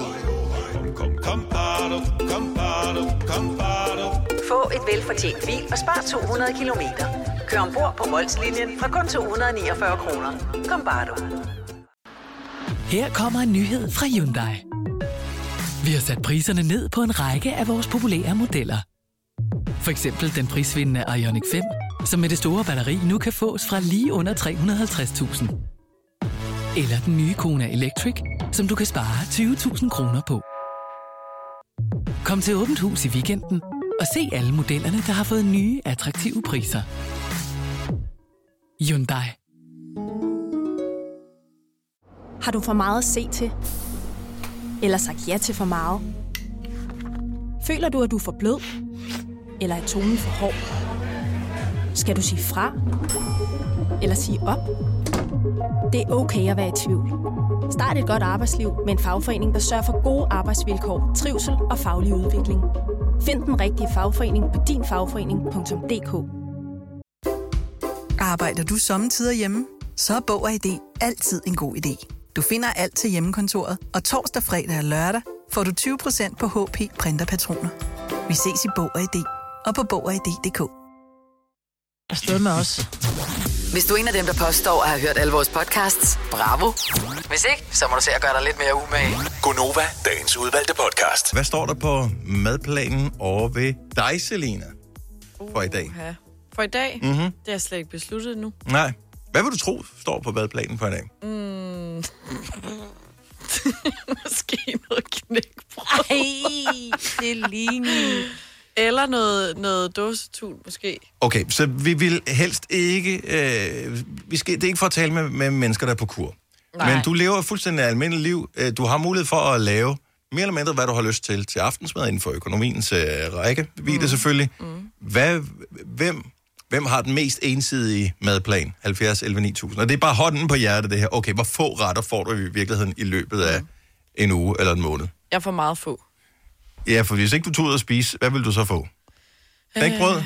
Speaker 13: Kom, kom, kom, bado, kom, bado, kom, bado.
Speaker 5: Få et velfortjent bil og spar 200 kilometer. Kør ombord på Molslinjen fra kun 249 kroner. Kom bare du.
Speaker 14: Her kommer en nyhed fra Hyundai. Vi har sat priserne ned på en række af vores populære modeller. For eksempel den prisvindende Ioniq 5, som med det store batteri nu kan fås fra lige under 350.000. Eller den nye Kona Electric, som du kan spare 20.000 kroner på. Kom til Åbent Hus i weekenden og se alle modellerne, der har fået nye, attraktive priser. Hyundai.
Speaker 15: Har du for meget at se til? Eller sagt ja til for meget? Føler du, at du er for blød? Eller er tonen for hård? Skal du sige fra? Eller sige op? Det er okay at være i tvivl. Start et godt arbejdsliv med en fagforening, der sørger for gode arbejdsvilkår, trivsel og faglig udvikling. Find den rigtige fagforening på dinfagforening.dk
Speaker 16: Arbejder du sommetider hjemme? Så er Bog og ID altid en god idé. Du finder alt til hjemmekontoret, og torsdag, fredag og lørdag får du 20% på HP printerpatroner. Vi ses i Bog og ID og på Bog og ID.dk.
Speaker 3: Afsted med os.
Speaker 5: Hvis du er en af dem, der påstår at have hørt alle vores podcasts, bravo. Hvis ikke, så må du se at gøre dig lidt mere umage.
Speaker 1: Gonova, dagens udvalgte podcast. Hvad står der på madplanen over ved dig, Selina, for i dag?
Speaker 2: Ja. For i dag,
Speaker 1: Mhm.
Speaker 2: mm-hmm. det er jeg slet ikke besluttet nu. <laughs>
Speaker 1: Nej. Hvad vil du tro står på madplanen for i dag?
Speaker 2: Mm. Måske noget knækbrød. Ej, det ligner. Eller noget, noget dåsetun, måske.
Speaker 1: Okay, så vi vil helst ikke... Øh, vi skal, det er ikke for at tale med, med mennesker, der er på kur. Nej.
Speaker 2: Nej.
Speaker 1: Men du lever et fuldstændig almindeligt liv. Øh, Du har mulighed for at lave mere eller mindre, hvad du har lyst til til aftensmad inden for økonomiens øh, række. Vi det selvfølgelig. Mm. Hvad, hvem, hvem har den mest ensidige madplan? 70, 11, 9000. Og det er bare hånden på hjertet, det her. Okay, hvor få retter får du i virkeligheden i løbet af en uge eller en måned?
Speaker 2: Jeg får meget få.
Speaker 1: Ja, for hvis ikke du tog ud og spise, hvad vil du så få? Knækbrød?
Speaker 2: Øh,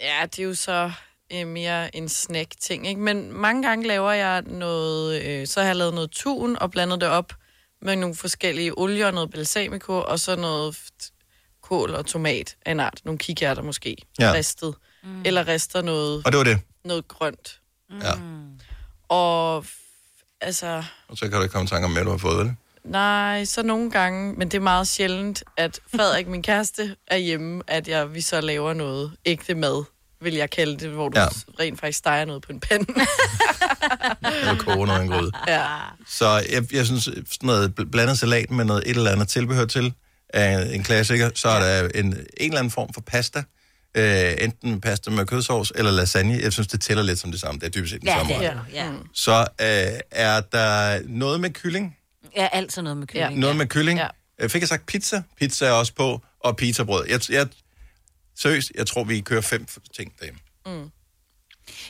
Speaker 2: ja, det er jo så øh, mere en snack-ting, ikke? Men mange gange laver jeg noget... Øh, så har jeg lavet noget tun og blandet det op med nogle forskellige olier, noget balsamico og så noget f- kål og tomat af en art. Nogle kikærter måske.
Speaker 1: Ja.
Speaker 2: Ja. Ristet. Mm. Eller rester noget...
Speaker 1: Og det var det.
Speaker 2: Noget grønt.
Speaker 1: Ja.
Speaker 2: Og f- altså...
Speaker 1: Og så kan du ikke komme i tanke om, hvad du har fået, vel?
Speaker 2: Nej, så nogle gange, men det er meget sjældent, at Frederik, min kæreste, er hjemme, at jeg, vi så laver noget ægte mad, vil jeg kalde det, hvor du
Speaker 1: Ja.
Speaker 2: ja. rent faktisk steger noget på en pande.
Speaker 1: Eller koge noget af en gryde.
Speaker 2: <laughs> ja.
Speaker 1: Så jeg, jeg synes, sådan noget bl- blandet salat med noget et eller andet tilbehør til, er en klassiker. Så er der en, en eller anden form for pasta. Øh, enten pasta med kødsovs eller lasagne. Jeg synes, det tæller lidt som det samme. Det er dybest set den samme ret.
Speaker 4: ja.
Speaker 1: Så øh, er der noget med kylling.
Speaker 4: Ja, altid noget med kylling.
Speaker 1: Noget med kylling. Ja. Fik jeg sagt pizza? Pizza er også på. Og pizzabrød. Jeg, jeg, seriøst, jeg tror, vi kører fem ting derhjemme.
Speaker 4: Mm.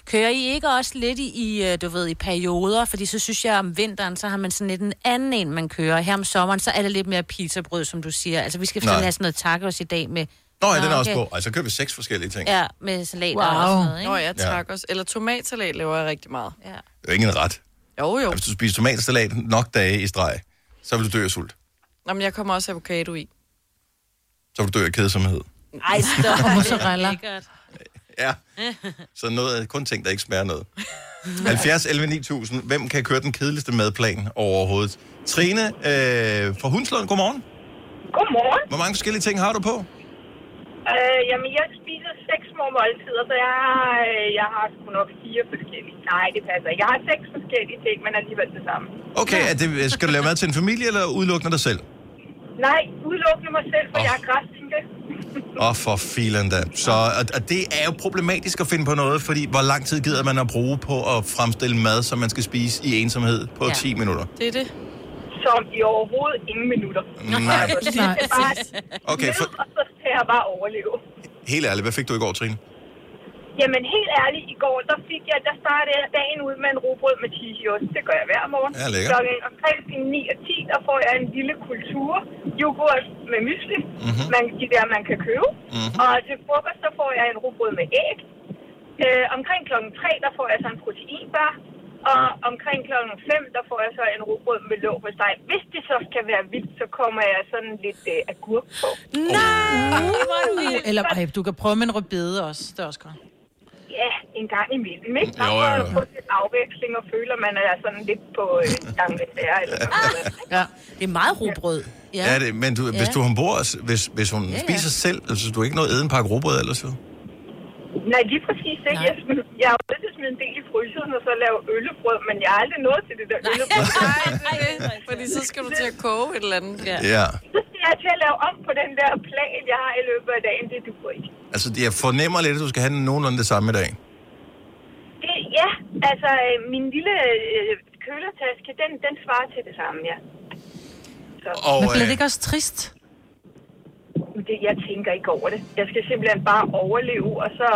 Speaker 4: Kører I ikke også lidt i, i, øh, du ved, i perioder? Fordi så synes jeg, om vinteren, så har man sådan lidt en anden en, man kører. Her om sommeren, så er det lidt mere pizzabrød, som du siger. Altså, vi skal
Speaker 1: Nej.
Speaker 4: sådan have sådan noget tacos i dag med...
Speaker 1: Nå, ja, den er også
Speaker 4: okay.
Speaker 1: på. Altså, kører vi seks forskellige ting.
Speaker 4: Ja, med salat
Speaker 2: Wow.
Speaker 4: wow. og sådan noget, ikke?
Speaker 2: Nå ja,
Speaker 1: Ja.
Speaker 2: tacos. Eller tomatsalat laver jeg rigtig meget.
Speaker 4: Ja.
Speaker 1: Det er jo ikke en ret.
Speaker 2: Jo, jo.
Speaker 1: Hvis du spiser tomatsalat nok dage i streg, så vil du dø af sult.
Speaker 2: Nå, men jeg kommer også avocado i.
Speaker 1: Så vil du dø af kedsomhed.
Speaker 4: Ej, <laughs> stop.
Speaker 3: Og mozzarella.
Speaker 1: Ja, <laughs> så noget af kun ting, der ikke smager noget. 70, 11, 9000. Hvem kan køre den kedeligste madplan overhovedet? Trine øh, fra Hundslund, godmorgen.
Speaker 17: Godmorgen.
Speaker 1: Hvor mange forskellige ting har du på?
Speaker 17: Øh, jamen, jeg spiser seks små måltider, så jeg har, øh, jeg har sgu nok fire forskellige. Nej, det passer ikke. Jeg har seks forskellige ting, men alligevel det samme.
Speaker 1: Okay, er det, skal du lave mad til en familie, eller udelukkende dig selv?
Speaker 17: Nej, udelukkende mig selv, for oh. jeg er græssinke.
Speaker 1: Åh, oh, for filen da. Så, og, og det er jo problematisk at finde på noget, fordi hvor lang tid gider man at bruge på at fremstille mad, som man skal spise i ensomhed på ja. 10 minutter?
Speaker 2: Det er det.
Speaker 17: Som i overhovedet ingen minutter.
Speaker 1: Nej.
Speaker 17: Altså, det er bare
Speaker 1: Okay, for,
Speaker 17: ned, og så skal jeg bare overleve.
Speaker 1: helt ærligt, hvad fik du i går, Trine?
Speaker 17: Jamen, helt ærligt, i går, der fik jeg, der startede jeg dagen ud med en robrød med tisjost. Det gør jeg hver morgen.
Speaker 1: Ja, lækkert.
Speaker 17: Klokken omkring til 9 og 10, der får jeg en lille kultur yoghurt med mysli. Mm-hmm. Man, de der, man kan købe. Mm-hmm. Og til frokost, der får jeg en robrød med æg. Øh, omkring klokken 3, der får jeg så en proteinbar. Og omkring klokken 5, der får jeg så en robrød med låg på steg. Hvis det så skal være vildt, så kommer jeg sådan lidt øh, agurk på.
Speaker 3: Nej! Eller ej, du kan prøve med en rødbede også. Det er også godt.
Speaker 17: Ja, en gang imellem, ikke?
Speaker 3: Jo,
Speaker 17: Jo,
Speaker 3: jo,
Speaker 17: jo,
Speaker 3: jo.
Speaker 17: jo. Få lidt afveksling og føler, man er sådan lidt på øh, dangletære eller sådan noget.
Speaker 4: Ja. Det er meget rugbrød.
Speaker 1: Ja, ja det, men du, ja. hvis du er ombord, s- hvis, hvis hun ja,
Speaker 17: Ja,
Speaker 1: ja.
Speaker 17: ja.
Speaker 1: spiser selv, altså du er ikke noget æden pakke råbrød ellers jo.
Speaker 17: Nej, lige præcis ikke. Jeg, sm- jeg har jo nødt til at smide en del i fryseren og så lave øllebrød, men jeg har aldrig nået til det der øllebrød.
Speaker 4: <laughs>
Speaker 2: Nej, det er det. Fordi så skal du til at koge et eller andet. Ja.
Speaker 1: Ja.
Speaker 17: Så skal jeg til at lave om på den der plan, jeg har i løbet af dagen. Det duer ikke.
Speaker 1: Altså jeg fornemmer lidt, at du skal have nogenlunde det samme i dag.
Speaker 17: Det, ja, altså øh, min lille øh, kølertaske, den, den svarer til det samme, ja. Så.
Speaker 1: Og, øh,
Speaker 3: Men bliver det ikke også trist?
Speaker 17: det, jeg tænker ikke over det. Jeg skal simpelthen bare overleve, og så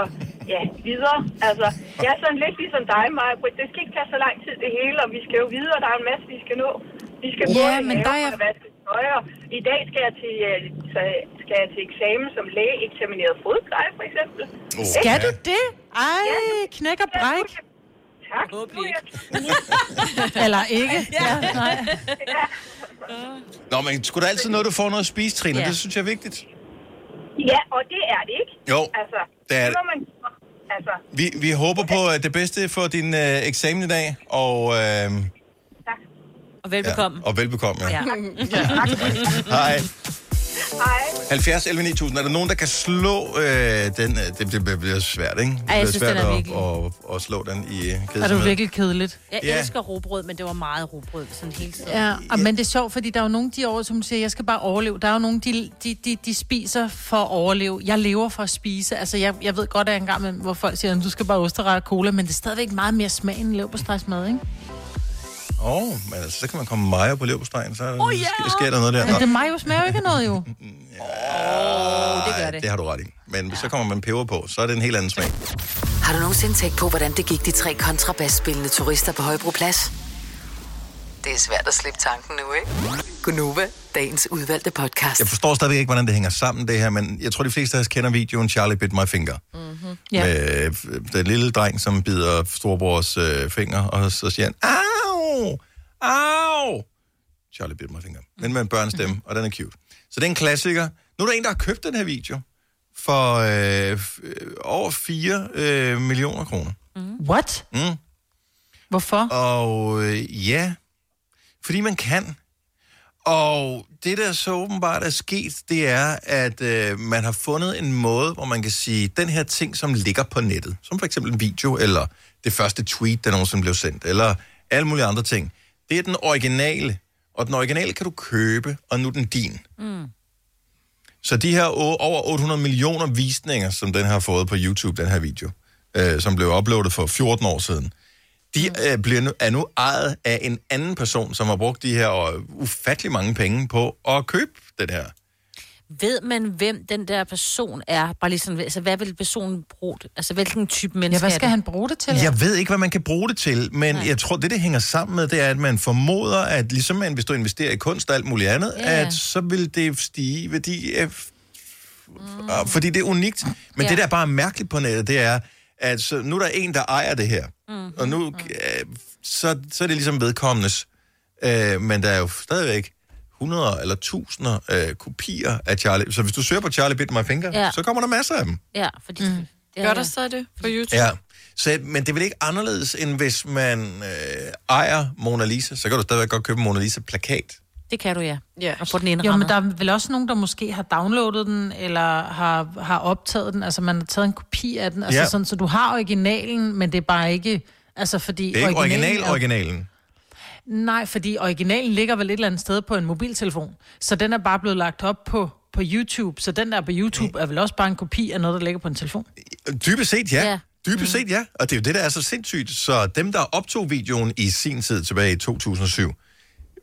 Speaker 17: ja, videre. Altså, jeg er sådan lidt ligesom dig, Maja, det skal ikke tage så lang tid det hele, og vi skal jo videre, der er en masse, vi skal nå. Vi skal
Speaker 3: Ja,
Speaker 17: både
Speaker 3: men
Speaker 17: lave
Speaker 3: der er-
Speaker 17: og vaske tøj, og I dag skal jeg til, øh, så- skal jeg til eksamen som læge eksamineret fodpleje, for eksempel.
Speaker 3: Skal
Speaker 17: Ikke?
Speaker 3: du det? Ej, knæk og bræk.
Speaker 17: Tak. Nu er jeg
Speaker 3: Eller ikke. Ja, nej.
Speaker 1: Nå, men skulle der altid noget, du får noget at spise, Trine? Ja.
Speaker 17: Ja.
Speaker 1: Det synes jeg er vigtigt.
Speaker 17: Ja, og det er det ikke.
Speaker 1: Jo,
Speaker 17: altså,
Speaker 1: det er
Speaker 17: må man, altså,
Speaker 1: Vi, vi håber på øh, det bedste for din øh, eksamen i dag, og... Øh,
Speaker 17: Tak.
Speaker 4: Og velbekomme.
Speaker 1: Ja, og velbekomme, ja.
Speaker 4: Ja.
Speaker 1: Hej.
Speaker 17: Hej.
Speaker 1: 70 11 9000. Er der nogen, der kan slå øh, den? øh, Det, det bliver svært, ikke? Det
Speaker 4: Ja, jeg
Speaker 1: bliver
Speaker 4: synes,
Speaker 1: svært
Speaker 4: den er
Speaker 1: at,
Speaker 4: virkelig-
Speaker 1: at, at, slå den i øh,
Speaker 3: Er du
Speaker 1: kedsomhed.
Speaker 3: virkelig kedeligt?
Speaker 4: Jeg
Speaker 1: Ja.
Speaker 4: ja. elsker robrød, men det var meget robrød sådan hele tiden.
Speaker 3: Ja, og, Øh, men det er sjovt, fordi der er jo nogle de år, som siger, jeg skal bare overleve. Der er jo nogle, de, de, de, de spiser for at overleve. Jeg lever for at spise. Altså, jeg, jeg ved godt, at jeg engang, hvor folk siger, du skal bare osterrej og cola, men det er stadigvæk meget mere smag end leverpostejsmad, ikke?
Speaker 1: Åh, oh, men altså, så kan man komme mejer på leverpostejen, så oh, yeah. sker, sker der noget der.
Speaker 3: Men det mayo smager jo ikke af noget, jo.
Speaker 1: oh,
Speaker 3: det gør det.
Speaker 1: Det har du ret i. Men ja. så kommer man peber på, så er det en helt anden smag.
Speaker 5: Har du nogensinde tænkt på, hvordan det gik de tre kontrabasspillende turister på Højbroplads? Det er svært at slippe tanken nu, ikke? Gunova, dagens udvalgte podcast.
Speaker 1: Jeg forstår stadigvæk ikke, hvordan det hænger sammen, det her, men jeg tror, de fleste af os kender videoen Charlie Bit My Finger.
Speaker 5: Mm-hmm.
Speaker 1: Ja. Med øh, den lille dreng, som bider storebrors øh, finger, og så siger han, au, au. Charlie Bit My Finger. Men med en børnestemme, og den er cute. Så det er en klassiker. Nu er der en, der har købt den her video for øh, f- øh, over 4 øh, millioner kroner.
Speaker 3: Mhm. What?
Speaker 1: Mm.
Speaker 3: Hvorfor?
Speaker 1: Og øh, ja, fordi man kan. Og det, der så åbenbart er sket, det er, at øh, man har fundet en måde, hvor man kan sige, den her ting, som ligger på nettet, som for eksempel en video, eller det første tweet, der nogensinde blev sendt, eller alle mulige andre ting, det er den originale. Og den originale kan du købe, og nu er den din.
Speaker 4: Mm.
Speaker 1: Så de her o- over 800 millioner visninger, som den har fået på YouTube, den her video, øh, som blev uploadet for 14 år siden, de øh, bliver nu, er nu ejet af en anden person, som har brugt de her øh, ufattelig mange penge på at købe den her.
Speaker 4: Ved man, hvem den der person er? Bare lige sådan, altså, hvad vil personen bruge det? Altså, hvilken type menneske
Speaker 3: Ja, hvad
Speaker 4: er
Speaker 3: skal
Speaker 4: det?
Speaker 3: han bruge det til?
Speaker 1: Jeg ved ikke, hvad man kan bruge det til, men
Speaker 4: Nej.
Speaker 1: jeg tror, det, det hænger sammen med, det er, at man formoder, at ligesom man, hvis du investerer i kunst og alt muligt andet,
Speaker 13: Ja.
Speaker 1: yeah. at så vil det stige i værdi af Mm. Fordi det er unikt. Men
Speaker 13: Ja.
Speaker 1: det, der er bare mærkeligt på nettet, det er, at så, nu er der en, der ejer det her.
Speaker 13: Mhm.
Speaker 1: Mm. Og nu, øh, så, så er det ligesom vedkommendes. Øh, men der er jo stadigvæk hundreder eller tusinder øh, kopier af Charlie. Så hvis du søger på Charlie Bit My Finger,
Speaker 2: Ja.
Speaker 1: ja. så kommer der masser af dem.
Speaker 4: Ja, fordi... Mm.
Speaker 2: Det Gør der så det på YouTube?
Speaker 1: Ja. Så, men det er vel ikke anderledes, end hvis man øh, ejer Mona Lisa, så kan du stadigvæk godt købe en Mona Lisa-plakat.
Speaker 4: Det kan du, ja.
Speaker 2: ja.
Speaker 4: Og få den
Speaker 3: Jo, men
Speaker 4: indrammet.
Speaker 3: der er vel også nogen, der måske har downloadet den, eller har, har optaget den. Altså, man har taget en kopi af den. Altså,
Speaker 1: Ja.
Speaker 3: ja. sådan, så du har originalen, men det er bare ikke... Altså, fordi
Speaker 1: Det er ikke
Speaker 3: er-
Speaker 1: original-originalen.
Speaker 3: Nej, fordi originalen ligger vel et eller andet sted på en mobiltelefon. Så den er bare blevet lagt op på, på YouTube. Så den der er på YouTube er vel også bare en kopi af noget, der ligger på en telefon.
Speaker 1: Dybest set ja.
Speaker 3: Ja.
Speaker 1: ja. Dybest set ja. Og det er jo det, der er så sindssygt. Så dem, der optog videoen i sin tid tilbage i 2007,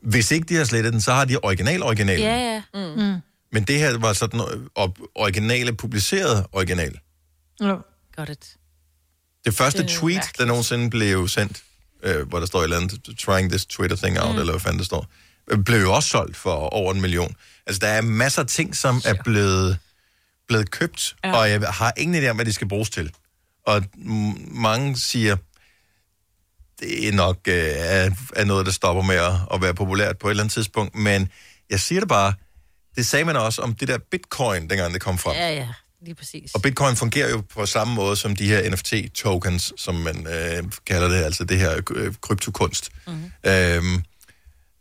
Speaker 1: hvis ikke de har slettet den, så har de original original.
Speaker 4: Ja, ja. Mm. Mm.
Speaker 1: Men det her var sådan øh, op- originale, publiceret original.
Speaker 3: Ja.
Speaker 4: Got it.
Speaker 1: Det første
Speaker 4: Det
Speaker 1: det
Speaker 4: er
Speaker 1: tweet, der nogensinde blev sendt, øh, hvor der står et eller andet, trying this Twitter thing out, mm. eller hvad fanden der står, øh, blev jo også solgt for over en million. Altså, der er masser af ting, som er blevet, blevet købt, ja. og jeg har ingen idé om, hvad de skal bruges til. Og m- mange siger, det er nok øh, er, er noget, der stopper med at, at være populært på et eller andet tidspunkt, men jeg siger det bare, det sagde man også om det der bitcoin, dengang det kom frem.
Speaker 4: Ja, ja. Lige præcis.
Speaker 1: Og bitcoin fungerer jo på samme måde som de her NFT-tokens, som man øh, kalder det, altså det her øh, kryptokunst. Mm-hmm. Øhm,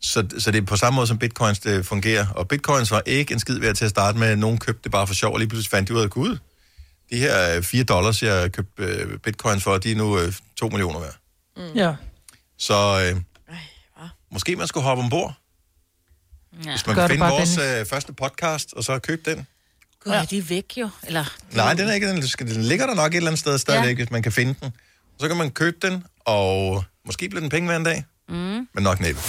Speaker 1: så, så det er på samme måde som bitcoins det fungerer. Og bitcoins var ikke en skid værd til at starte med. Nogen købte det bare for sjov, og lige pludselig fandt de ud af, gud, de her øh, 4 dollars, jeg købte øh, bitcoins for, de er nu øh, 2 millioner værd.
Speaker 3: Ja.
Speaker 1: Så øh, måske man skulle hoppe ombord.
Speaker 4: Ja.
Speaker 1: Hvis man
Speaker 4: Gør det
Speaker 1: kan finde
Speaker 4: bare,
Speaker 1: vores
Speaker 4: Dennis.
Speaker 1: øh, første podcast, og så købe den.
Speaker 4: Gud, ja. de er væk jo. Eller,
Speaker 1: Nej, den, er ikke, den, skal- den ligger der nok et eller andet sted stadigvæk, ja. hvis man kan finde den. Så kan man købe den, og måske bliver den penge hver en dag,
Speaker 5: Mm.
Speaker 1: men nok næppe.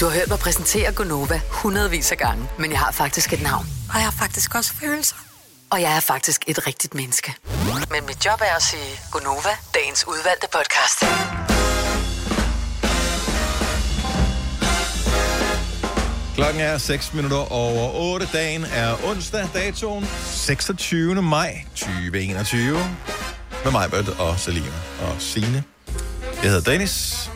Speaker 5: Du har hørt mig præsentere Gunova hundredvis af gange, men jeg har faktisk et navn. Og jeg har faktisk også følelser. Og jeg er faktisk et rigtigt menneske. Men mit job er at sige Gunova, dagens udvalgte podcast.
Speaker 1: Klokken er 6 minutter over 8. Dagen er onsdag, datoen 26. maj 2021. Med mig, Bert og Selina og Sine. Jeg hedder Dennis.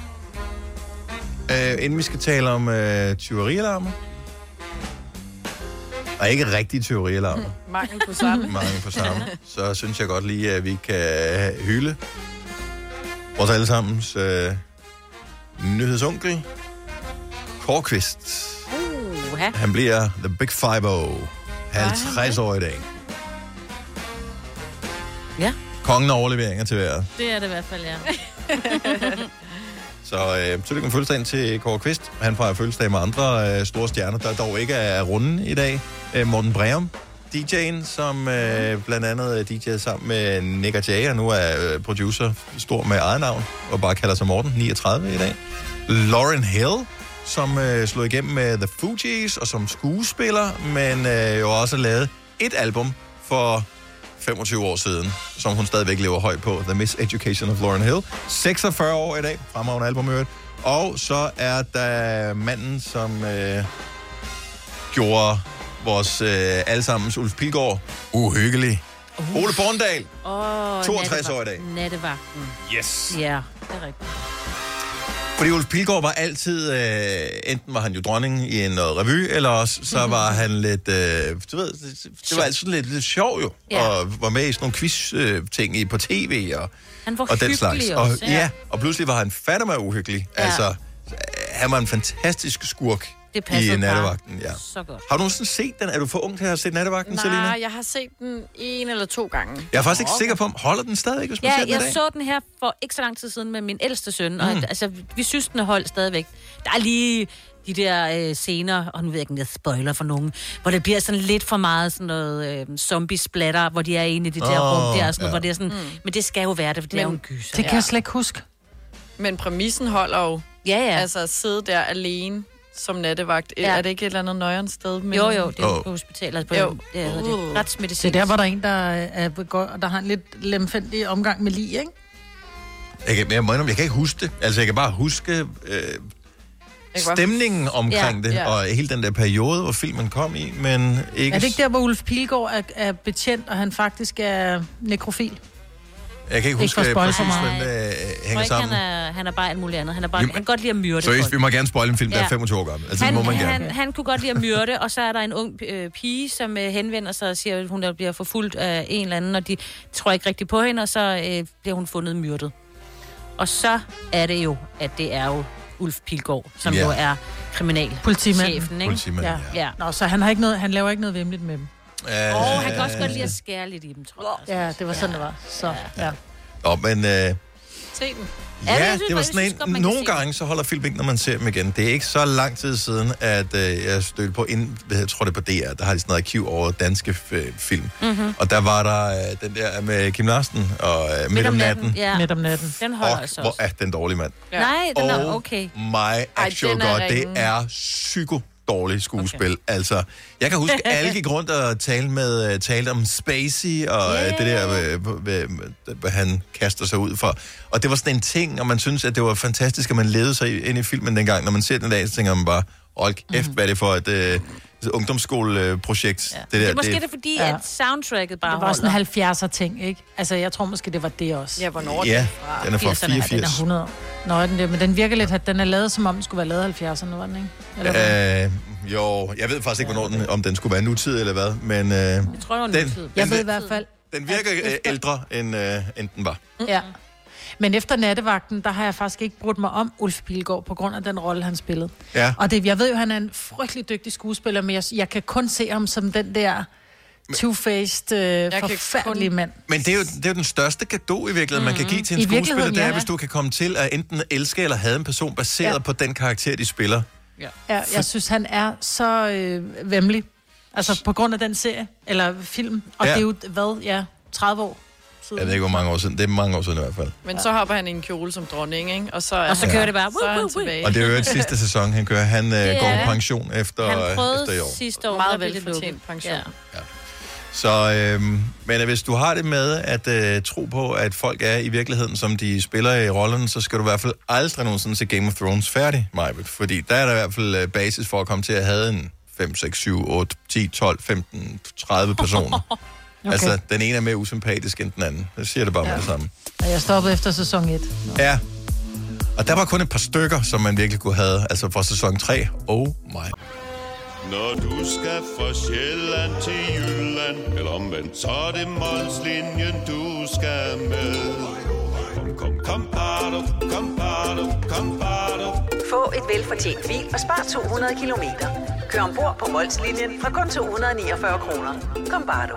Speaker 1: Øh, inden vi skal tale om øh, tyverialarmer. Og ikke rigtige tyverialarmer.
Speaker 2: Mangel på samme.
Speaker 1: mange på samme, så synes jeg godt lige, at vi kan hylde vores allesammens øh, nyhedsonkel, Kåre Kvist.
Speaker 4: Uh,
Speaker 1: Han bliver The Big Five-O. 50 år i dag.
Speaker 4: Ja.
Speaker 1: Kongen af overleveringer til vejret.
Speaker 4: Det er det i hvert fald,
Speaker 1: <laughs>
Speaker 4: ja.
Speaker 1: Så øh, tillykke med fødselsdagen til Kåre Kvist. Han fejrer fødselsdag med andre øh, store stjerner, der dog ikke er runde i dag. Øh, Morten Breum, DJ'en, som øh, blandt andet er DJ sammen med Nick og Jay, og nu er øh, producer stor med eget navn, og bare kalder sig Morten, 39 i dag. Lauren Hill, som øh, slog igennem med The Fugees, og som skuespiller, men øh, jo også lavet et album for 25 år siden, som hun stadigvæk lever højt på, The Miss Education of Lauren Hill. 46 år i dag, fremragende album i øvrigt. Og så er der manden, som øh, gjorde vores øh, allesammens Ulf Pilgaard uhyggelig. Uh. Ole Borndal.
Speaker 4: Oh,
Speaker 1: 62 år i dag.
Speaker 4: Nattevagten.
Speaker 1: Yes.
Speaker 4: Ja, det er rigtigt.
Speaker 1: Fordi Ulf Pilgaard var altid, øh, enten var han jo dronning i en øh, revy, eller også så var han lidt, øh, du ved, det, det var altid lidt, lidt sjov jo,
Speaker 4: Ja.
Speaker 1: ja. og var med i sådan nogle quiz-ting i på tv og,
Speaker 4: Han var
Speaker 1: og den
Speaker 4: hyggelig
Speaker 1: slags.
Speaker 4: også,
Speaker 1: og,
Speaker 4: ja.
Speaker 1: ja, og pludselig var han fandeme uhyggelig. Ja. Altså, øh, han var en fantastisk skurk
Speaker 2: Det passede
Speaker 1: i
Speaker 2: bare
Speaker 1: nattevagten. Ja.
Speaker 2: så godt.
Speaker 1: Har du nogensinde set den? Er du for ung til at have set nattevagten,
Speaker 2: Nej,
Speaker 1: <laughs> Selina?
Speaker 2: jeg har set den en eller to gange.
Speaker 1: Jeg er faktisk ikke sikker på, om holder den stadig, hvis man ser
Speaker 4: Ja,
Speaker 1: den i
Speaker 4: jeg
Speaker 1: dag?
Speaker 4: så den her for ikke så lang tid siden med min ældste søn, mm. og
Speaker 1: Mm.
Speaker 4: altså, vi synes, den er holdt stadigvæk. Der er lige de der øh, scener, og nu ved jeg ikke, om jeg spoiler for nogen, hvor det bliver sådan lidt for meget sådan noget øh, zombie-splatter, hvor de er inde i det der
Speaker 3: Åh,
Speaker 4: rum der, og sådan,
Speaker 3: ja.
Speaker 4: ja. hvor det er sådan, mm. men det skal jo være det, for det er jo en gyser.
Speaker 3: Det kan jeg slet ikke huske.
Speaker 2: Men præmissen holder jo.
Speaker 4: Ja, ja.
Speaker 2: Altså at sidde der alene som nattevagt. Ja.
Speaker 4: Ja.
Speaker 2: Er det ikke et eller andet nøjeren sted? Men...
Speaker 4: Jo, jo, det er på hospitalet. Altså på
Speaker 2: Jo.
Speaker 4: ja, hvad hedder det, retsmedicinsk.
Speaker 3: Det er der, hvor der er en, der, er, går, der har en lidt lemfældig omgang med lige, ikke?
Speaker 1: Jeg kan, jeg, må indrømme, jeg kan ikke huske det. Altså, jeg kan bare huske øh,
Speaker 3: bare-
Speaker 1: stemningen omkring
Speaker 3: Ja,
Speaker 1: det,
Speaker 3: ja.
Speaker 1: og hele den der periode, hvor filmen kom i, men ikke...
Speaker 3: Er det ikke der, hvor Ulf Pilgaard er, er betjent, og han faktisk er nekrofil?
Speaker 1: jeg kan ikke
Speaker 3: ikke
Speaker 1: huske,
Speaker 3: for at
Speaker 1: øh,
Speaker 3: spoil
Speaker 1: præcis,
Speaker 3: for
Speaker 1: hvordan
Speaker 3: meget?
Speaker 1: det øh,
Speaker 4: Jeg tror
Speaker 1: hænger
Speaker 4: ikke, han
Speaker 1: sammen.
Speaker 4: er, han er bare alt muligt andet. Han, er bare,
Speaker 1: Jo,
Speaker 4: jo,
Speaker 1: men-
Speaker 4: han kan godt lide at myrde
Speaker 1: Seriøst,
Speaker 4: folk.
Speaker 1: vi må gerne spoil en film, der er 25 år gammel. Altså, det
Speaker 4: han,
Speaker 1: må man gerne.
Speaker 4: Han, han kunne godt lide at myrde, og så er der en ung øh, pige, som øh, henvender sig og siger, at hun der bliver forfulgt af en eller anden, og de tror ikke rigtigt på hende, og så øh, bliver hun fundet myrdet. Og så er det jo, at det er jo Ulf Pilgaard, som
Speaker 3: Ja.
Speaker 4: ja. jo er kriminalchefen.
Speaker 3: Politimanden.
Speaker 4: Ikke?
Speaker 3: Politimanden,
Speaker 4: ja. ja.
Speaker 3: Nå, så han, har ikke noget, han laver ikke noget vemmeligt med dem.
Speaker 1: Øh,
Speaker 4: Og han kan også godt lide at skære lidt i dem, tror jeg.
Speaker 3: Ja, det var sådan, det var. Så, ja.
Speaker 1: Nå, men... Øh,
Speaker 4: Se den.
Speaker 1: Ja, det var sådan en... Nogle gange, så holder film ikke, når man ser dem igen. Det er ikke så lang tid siden, at øh, jeg stødte på... Ind, jeg tror, det er på DR. Der har de sådan noget arkiv over danske f- øh, film.
Speaker 4: Mhm.
Speaker 1: Og der var der øh, den der med Kim Larsen og øh, Midt om natten.
Speaker 4: Ja.
Speaker 3: Midt om natten.
Speaker 4: Den holder
Speaker 1: Og
Speaker 4: altså
Speaker 1: hvor
Speaker 4: også.
Speaker 1: er den dårlige mand.
Speaker 4: Ja. Nej, den er
Speaker 1: Oh
Speaker 4: okay.
Speaker 1: My actual
Speaker 4: den er
Speaker 1: god, det
Speaker 4: ringe.
Speaker 1: er psyko dårligt skuespil. Okay. Altså, jeg kan huske, alle gik rundt og talte, med, øh, talte om Spacey, og yeah. det der, øh, øh, øh, han kaster sig ud for. Og det var sådan en ting, og man synes at det var fantastisk, at man levede sig ind i filmen dengang. Når man ser den i dag, så tænker man bare, hold kæft,
Speaker 4: Mhm.
Speaker 1: hvad er det for et øh, ungdomsskoleprojekt? Ja.
Speaker 4: Det, der, det er måske det, det fordi, ja. at soundtracket bare
Speaker 3: Det var
Speaker 4: holder.
Speaker 3: sådan en 70'er ting, ikke? Altså, jeg tror måske, det var det også. Ja,
Speaker 2: hvornår
Speaker 1: er Ja, den fra? den er fra
Speaker 3: 80'erne. Ja, den er
Speaker 1: 84.
Speaker 3: 100 år. Nå, er den det, men den virker lidt, at den er lavet, som om den skulle være lavet i 70'erne, var den, ikke? Eller hvad?
Speaker 1: Øh, jo, jeg ved faktisk ikke, hvornår den, om den skulle være nutid eller hvad, men øh, jeg
Speaker 4: tror,
Speaker 1: den, den,
Speaker 3: jeg ved i hvert fald,
Speaker 1: den virker øh, ældre, end, øh, end den var.
Speaker 3: ja. Men efter nattevagten, der har jeg faktisk ikke brudt mig om Ulf Pilgaard, på grund af den rolle, han spillede.
Speaker 1: Ja.
Speaker 3: Og det, jeg ved jo, han er en frygtelig dygtig skuespiller, men jeg, jeg kan kun se ham som den der two-faced,
Speaker 2: kan
Speaker 3: øh, forfærdelige mand.
Speaker 1: Men det er, jo, det er jo den største gave i virkeligheden, mm. man kan give til en
Speaker 3: I
Speaker 1: skuespiller,
Speaker 3: virkeligheden,
Speaker 1: det er,
Speaker 3: ja.
Speaker 1: hvis du kan komme til at enten elske eller have en person baseret
Speaker 3: Ja.
Speaker 1: ja. på den karakter, de spiller.
Speaker 3: Ja, jeg synes, han er så øh, vemmelig. Altså på grund af den serie, eller film. Og ja.
Speaker 1: Ja.
Speaker 3: det er jo, hvad, ja, 30 år siden.
Speaker 1: Jeg ved ikke, hvor mange år siden. Det er mange år siden i hvert fald.
Speaker 2: Men så hopper han i en kjole som dronning, ikke? Og så, er
Speaker 1: Og så
Speaker 2: han-
Speaker 1: kører det
Speaker 4: bare,
Speaker 2: Så er han tilbage.
Speaker 1: Og det er jo øvrigt sidste sæson, han kører. Han
Speaker 2: Det
Speaker 1: øh, går
Speaker 2: er
Speaker 1: på
Speaker 2: det.
Speaker 1: pension efter, øh,
Speaker 4: Han prøvede
Speaker 1: efter i år.
Speaker 4: sidste år.
Speaker 2: Meget
Speaker 4: der blev det
Speaker 2: velfortjent
Speaker 4: lukket.
Speaker 2: pension.
Speaker 4: Ja.
Speaker 1: Så, øh, men øh, hvis du har det med at øh, tro på, at folk er i virkeligheden, som de spiller i rollen, så skal du i hvert fald aldrig nogensinde se Game of Thrones færdig, Majbet. Fordi der er der i hvert fald øh, basis for at komme til at have en 5, 6, 7, 8, 10, 12, 15, 30 personer. <laughs> okay. Altså, den ene er mere usympatisk end den anden. Jeg siger det bare ja. med det samme.
Speaker 3: Og jeg stoppede efter sæson 1.
Speaker 1: Ja. Og der var kun et par stykker, som man virkelig kunne have, altså fra sæson 3. Oh my.
Speaker 13: Når du skal fra Sjælland til Jylland, eller omvendt, så er det Molslinjen, du skal med. Kom, kom, kom, bardo, kom, bardo, kom, bardo.
Speaker 5: Få et velfortjent bil og spar 200 kilometer.
Speaker 18: Kør ombord på Molslinjen fra kun 249 kroner. Kom bare du.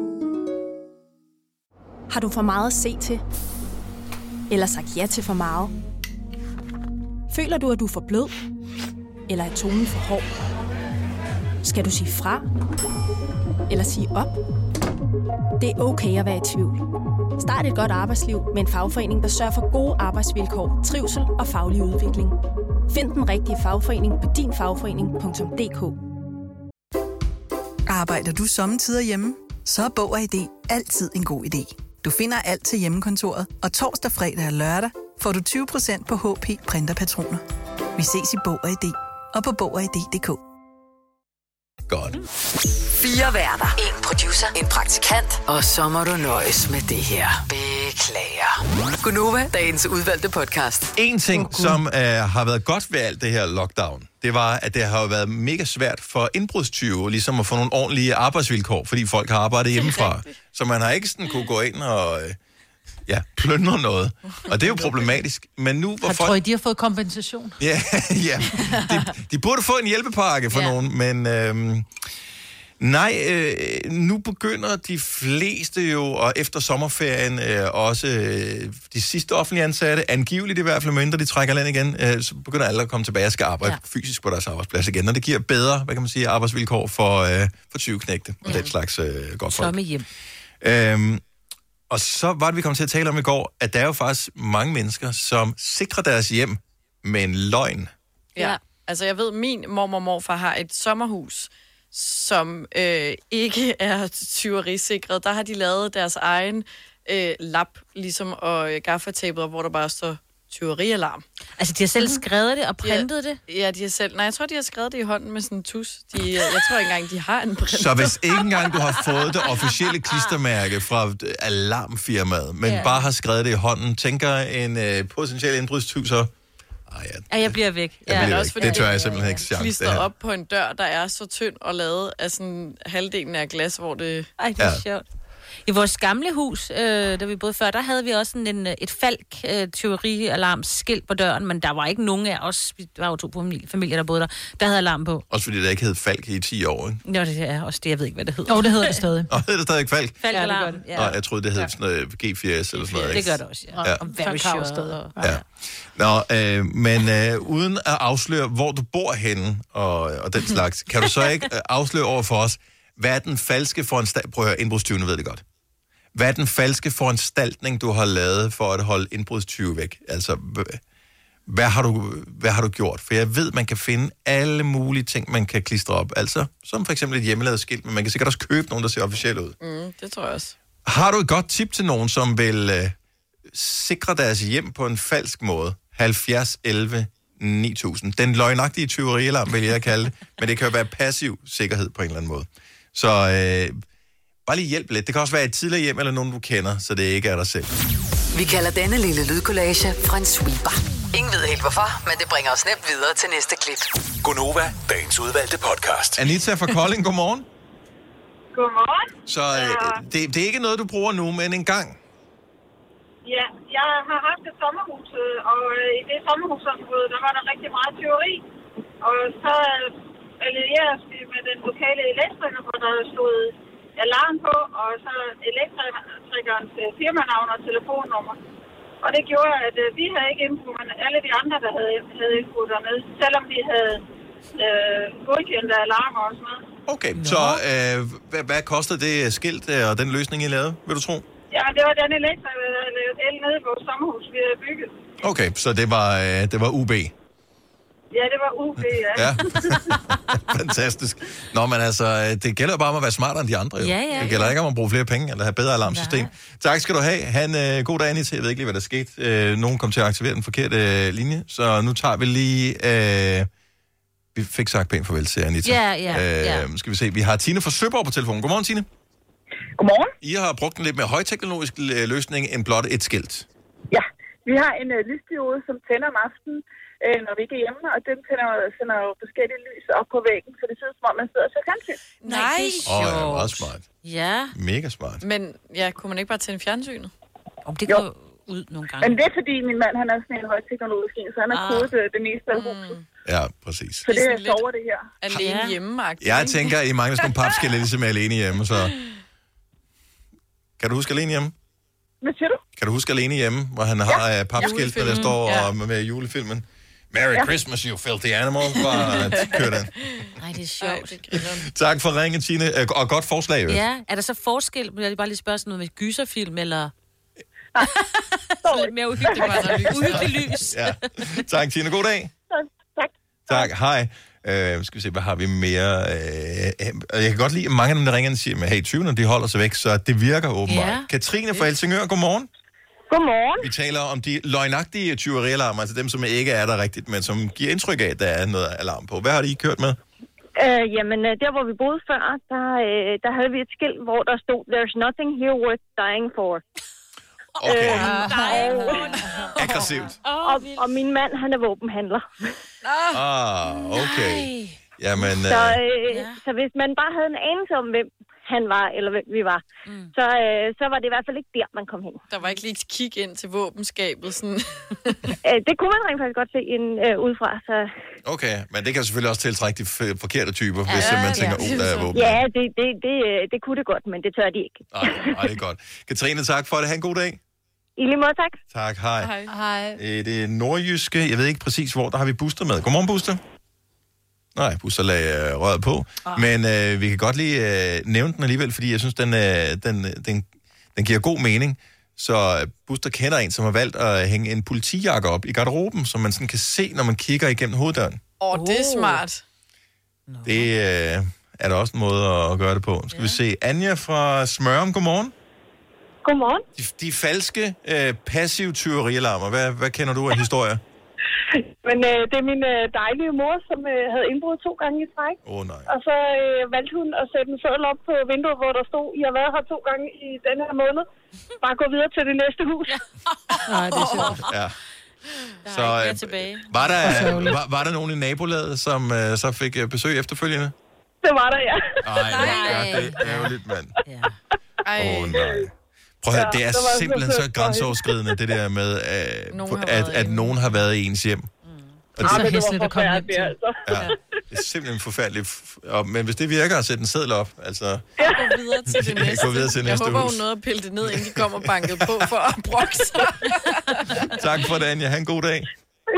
Speaker 15: Har du for meget at se til? Eller sagt ja til for meget? Føler du, at du er for blød? Eller er tonen for hård? Skal du sige fra? Eller sige op? Det er okay at være i tvivl. Start et godt arbejdsliv med en fagforening, der sørger for gode arbejdsvilkår, trivsel og faglig udvikling. Find den rigtige fagforening på dinfagforening.dk
Speaker 16: Arbejder du sommetider hjemme? Så er Bog og ID altid en god idé. Du finder alt til hjemmekontoret, og torsdag, fredag og lørdag får du 20% på HP printerpatroner. Vi ses i Bog og ID og på Bog og ID.dk.
Speaker 1: Godt.
Speaker 5: Fire værter. En producer. En praktikant. Og så må du nøjes med det her. Beklager. Gunova, dagens udvalgte podcast.
Speaker 1: En ting, som øh, har været godt ved alt det her lockdown, det var, at det har jo været mega svært for indbrudstyve ligesom at få nogle ordentlige arbejdsvilkår, fordi folk har arbejdet hjemmefra. Så man har ikke sådan kunne gå ind og øh, ja, plyndre noget. Og det er jo problematisk. Men nu, hvor
Speaker 3: Har,
Speaker 1: folk...
Speaker 3: tror I, de har fået kompensation?
Speaker 1: Ja, <laughs> ja. De, de burde få en hjælpepakke for ja. nogen, men øhm, nej, øh, nu begynder de fleste jo, og efter sommerferien øh, også øh, de sidste offentlige ansatte, angiveligt i hvert fald, mindre de trækker land igen, øh, så begynder alle at komme tilbage og skal arbejde ja. fysisk på deres arbejdsplads igen, og det giver bedre, hvad kan man sige, arbejdsvilkår for, øh, for 20 knægte og den slags øh, godt folk.
Speaker 4: Tomme hjem.
Speaker 1: Øhm, og så var det, vi kom til at tale om i går, at der er jo faktisk mange mennesker, som sikrer deres hjem med en løgn.
Speaker 2: Ja. Altså, jeg ved, min mormor og morfar har et sommerhus, som øh, ikke <laughs> er tyverisikret. Der har de lavet deres egen øh, lap, ligesom, og øh, gaffatapet, hvor der bare står tyverialarm.
Speaker 4: Altså, de har selv skrevet det og printet
Speaker 2: ja,
Speaker 4: det?
Speaker 2: Ja, de har selv... Nej, jeg tror, de har skrevet det i hånden med sådan en tus. De, øh, jeg tror ikke engang, de har en print.
Speaker 1: Så hvis ikke engang du har fået det officielle klistermærke fra øh, alarmfirmaet, men
Speaker 4: Ja.
Speaker 1: yeah. bare har skrevet det i hånden, tænker en øh, potentiel indbrudstyv så,
Speaker 4: Ja, jeg bliver væk.
Speaker 1: Jeg bliver væk. Det
Speaker 4: øh,
Speaker 1: tør jeg simpelthen ikke chance, det
Speaker 2: klister
Speaker 1: her.
Speaker 2: op på en dør, der er så tynd og lavet af sådan halvdelen af glas, hvor det...
Speaker 4: Ej, det er ja. sjovt. I vores gamle hus, øh, der vi boede før, der havde vi også sådan en, øh, et falk øh, teorialarm skilt på døren, men der var ikke nogen af os, vi der var jo to familier, familier, der boede der, der havde alarm på.
Speaker 1: også fordi det ikke hed Falk i 10 år, ikke?
Speaker 4: Nå, det er også det, jeg ved ikke, hvad det hedder.
Speaker 3: Jo, det hedder det stadig.
Speaker 1: Og hedder <laughs> det stadig Falk?
Speaker 4: Falkalarm, ja.
Speaker 1: Nå, jeg troede, det hed sådan noget G4S eller sådan noget.
Speaker 4: Det
Speaker 1: ikke?
Speaker 4: gør det også, ja.
Speaker 1: Ja.
Speaker 4: Og very
Speaker 3: Folk har jo
Speaker 4: sure.
Speaker 3: stadig-
Speaker 1: Ja. Nå, øh, men øh, uden at afsløre, hvor du bor henne og, og den slags, kan du så ikke øh, afsløre over for os, hvad er den falske foranstaltning, prøv at høre, indbrudstyvene ved det godt. Hvad er den falske foranstaltning, du har lavet for at holde indbrudstyve væk? Altså, hv- hvad har, du, hvad har du gjort? For jeg ved, man kan finde alle mulige ting, man kan klistre op. Altså, som for eksempel et hjemmelavet skilt, men man kan sikkert også købe nogen, der ser officielle ud.
Speaker 2: Mm, det tror jeg også.
Speaker 1: Har du et godt tip til nogen, som vil øh, sikre deres hjem på en falsk måde? 70 11 9000. Den løgnagtige tyverialarm, vil jeg kalde det. Men det kan jo være passiv sikkerhed på en eller anden måde. Så øh, bare lige hjælp lidt. Det kan også være et tidligere hjem eller nogen, du kender, så det ikke er dig selv.
Speaker 5: Vi kalder denne lille lydkollage en sweeper. Ingen ved helt hvorfor, men det bringer os nemt videre til næste klip.
Speaker 1: Gonova, dagens udvalgte podcast. Anita fra Kolding, godmorgen.
Speaker 17: Godmorgen.
Speaker 1: Så øh, det, det er ikke noget, du bruger nu, men en gang.
Speaker 17: Ja, jeg har haft et sommerhus, øh, og øh, i det sommerhusområde, der var der rigtig meget teori. Og så øh, allieredes vi med den lokale elektriker, hvor der stod alarm på, og så elektrikernes øh, firmanavn og telefonnummer. Og det gjorde, at øh, vi havde ikke indbrud, men alle de andre, der havde, havde indbrud dernede, selvom vi havde øh, godkendte alarmer og sådan noget.
Speaker 1: Okay, så øh, hvad, hvad kostede det skilt øh, og den løsning, I lavede, vil du tro?
Speaker 17: Ja, det var den elektriker, der havde lavet el øh, nede i vores sommerhus, vi havde bygget.
Speaker 1: Okay, så det var, øh, det var UB.
Speaker 17: Ja, det var UB, ja.
Speaker 19: <laughs>
Speaker 1: Ja. Fantastisk. Nå, men altså, øh, det gælder jo bare om at være smartere end de andre. Jo.
Speaker 17: Ja, ja,
Speaker 1: det gælder
Speaker 17: ja.
Speaker 1: ikke om at bruge flere penge eller have bedre alarmsystem. Tak skal du have. Han, øh, god dag, Anita. Jeg ved ikke lige, hvad der skete. Øh, nogen kom til at aktivere den forkerte øh, linje, så nu tager vi lige... Øh, vi vi fik sagt pænt farvel til Anita.
Speaker 4: Ja, ja, ja.
Speaker 1: Øh, skal vi se, vi har Tine fra Søborg på telefonen. Godmorgen, Tine.
Speaker 20: Godmorgen.
Speaker 1: I har brugt en lidt mere højteknologisk øh, løsning end blot et skilt.
Speaker 20: Ja, vi har en øh, lysdiode, som tænder om aftenen, øh, når vi ikke er hjemme, og den tænder, jo- sender jo forskellige lys op på væggen, så det ser ud som om, man sidder og ser fjernsyn.
Speaker 2: Nej.
Speaker 1: Åh, oh, ja, meget smart.
Speaker 4: Ja.
Speaker 1: Mega smart.
Speaker 2: Men ja, kunne man ikke bare tænde fjernsynet?
Speaker 4: Om det
Speaker 20: går
Speaker 4: ud nogle
Speaker 20: Men det er fordi, min mand han er sådan en højteknologisk en, så han har
Speaker 2: Ah.
Speaker 20: kodet øh, det meste af huset.
Speaker 1: Ja, præcis.
Speaker 20: Så det er sover det her.
Speaker 2: Ligesom Alene ja. hjemme
Speaker 1: Jeg tænker, I mangler sådan nogle papskiller, ligesom er alene hjemme, så... Kan du huske alene hjemme?
Speaker 20: Hvad siger du?
Speaker 1: Kan du huske alene hjemme, hvor han har ja. papskilt, der
Speaker 20: Julefilmen,
Speaker 1: står
Speaker 20: ja.
Speaker 1: ja. med, med julefilmen? Merry
Speaker 20: Ja.
Speaker 1: ja. Christmas, you filthy animal. Bare kør den.
Speaker 4: Nej, det er sjovt.
Speaker 1: Tak for ringen, Tine. Øh, Og godt forslag, ja.
Speaker 4: Ja, er der så forskel? Vil jeg bare lige spørge sådan noget med gyserfilm, eller...
Speaker 21: Ah.
Speaker 4: <laughs> Lidt mere uhyggeligt, bare der er lys. uhyggeligt lys.
Speaker 1: <laughs> ja. Tak, Tine. God dag.
Speaker 20: Tak.
Speaker 1: Tak. Hej. Øh, skal vi se, hvad har vi mere? Øh, øh, jeg kan godt lide, at mange af dem, der ringer, ind, siger, at hey, 20'erne, de holder sig væk, så det virker åbenbart.
Speaker 21: Ja.
Speaker 1: Ja. Katrine fra Helsingør, godmorgen.
Speaker 21: Godmorgen.
Speaker 1: Vi taler om de løgnagtige tyverialarmer, altså dem, som ikke er der rigtigt, men som giver indtryk af, at der er noget alarm på. Hvad har de I kørt med?
Speaker 21: <laughs> Øh, jamen, øh, der hvor vi boede før, der, øh, der havde vi et skilt, hvor der stod, There's nothing here worth dying for.
Speaker 1: Okay.
Speaker 21: dying
Speaker 1: Aggressivt.
Speaker 21: og, og min mand, han er våbenhandler.
Speaker 1: Ah, okay. Jamen, øh,
Speaker 21: Så, øh, så hvis man bare havde en anelse om, hvem han var, eller hvem vi var, mm. så, øh, så var det i hvert fald ikke der, man kom hen.
Speaker 2: Der var ikke lige et kig ind til våbenskabet, sådan. <laughs>
Speaker 21: Øh, det kunne man rent faktisk godt se en, øh, udefra. Så.
Speaker 1: okay. Men det kan selvfølgelig også tiltrække de f- forkerte typer, hvis øh, man tænker, oh, der er våben.
Speaker 21: Ja, det, det, det, øh, det kunne det godt, men det tør de ikke.
Speaker 1: Ej, det er godt. Katrine, tak for det. Ha' en god dag.
Speaker 21: I lige måde, tak.
Speaker 1: Tak, hej. hej.
Speaker 3: Hej.
Speaker 1: Øh, Det er nordjyske. Jeg ved ikke præcis, hvor. Der har vi Buster med. Godmorgen, Buster. Nej, Buster lagde øh, røret på. Ah. Men øh, vi kan godt lige øh, nævne den alligevel, fordi jeg synes, den, øh, den, øh, den, den giver god mening. Så øh, Buster kender en, som har valgt at hænge en politijakke op i garderoben, som man sådan kan se, når man kigger igennem hoveddøren.
Speaker 2: Åh, oh, det er smart.
Speaker 1: Det øh, er der også en måde at gøre det på. Skal ja. vi se. Anja fra Smørum, godmorgen.
Speaker 21: Godmorgen.
Speaker 1: De, de falske øh, passive tyverialarmer. Hvad, hvad kender du af historier?
Speaker 20: Men øh, det er min øh, dejlige mor, som øh, havde indbrud to gange i træk.
Speaker 1: Åh oh, nej.
Speaker 20: Og så øh, valgte hun at sætte en seddel op på vinduet, hvor der stod, I har været her to gange i den her måned. Bare gå videre til det næste hus.
Speaker 3: Nej, det er
Speaker 21: <laughs>
Speaker 3: sjovt.
Speaker 1: Ja.
Speaker 4: Der
Speaker 1: Så,
Speaker 4: er ikke mere
Speaker 1: øh,
Speaker 4: tilbage.
Speaker 1: Var
Speaker 4: Og
Speaker 1: der,
Speaker 4: sørgeligt.
Speaker 1: var, var der nogen i nabolaget, som øh, så fik øh, besøg efterfølgende?
Speaker 20: Det var der, ja.
Speaker 1: Ej, ja, det er ærgerligt, mand.
Speaker 2: Ej.
Speaker 1: Åh, oh, nej. Prøv at høre,
Speaker 20: Ja,
Speaker 1: det er
Speaker 20: det var
Speaker 1: simpelthen
Speaker 20: så
Speaker 1: så
Speaker 20: sødt for
Speaker 1: grænseoverskridende, det der med, øh,
Speaker 20: Nogen har
Speaker 1: at,
Speaker 20: været
Speaker 1: at nogen har været i ens hjem. Mm. Og
Speaker 20: Ah,
Speaker 1: det,
Speaker 20: men det var forfærdeligt, det,
Speaker 21: <laughs>
Speaker 20: altså.
Speaker 1: ja, det er simpelthen forfærdeligt. F- Og, men hvis det virker at sætte en seddel op, altså...
Speaker 2: Jeg går videre til det
Speaker 1: <laughs> Jeg
Speaker 2: næste.
Speaker 1: går videre til
Speaker 2: jeg
Speaker 1: næste
Speaker 2: håber,
Speaker 1: hus.
Speaker 2: hun nåede at pille det ned, inden de kommer banket på for at brokke
Speaker 19: <laughs>
Speaker 2: sig.
Speaker 1: Tak for det, Anja. Ha' en god dag.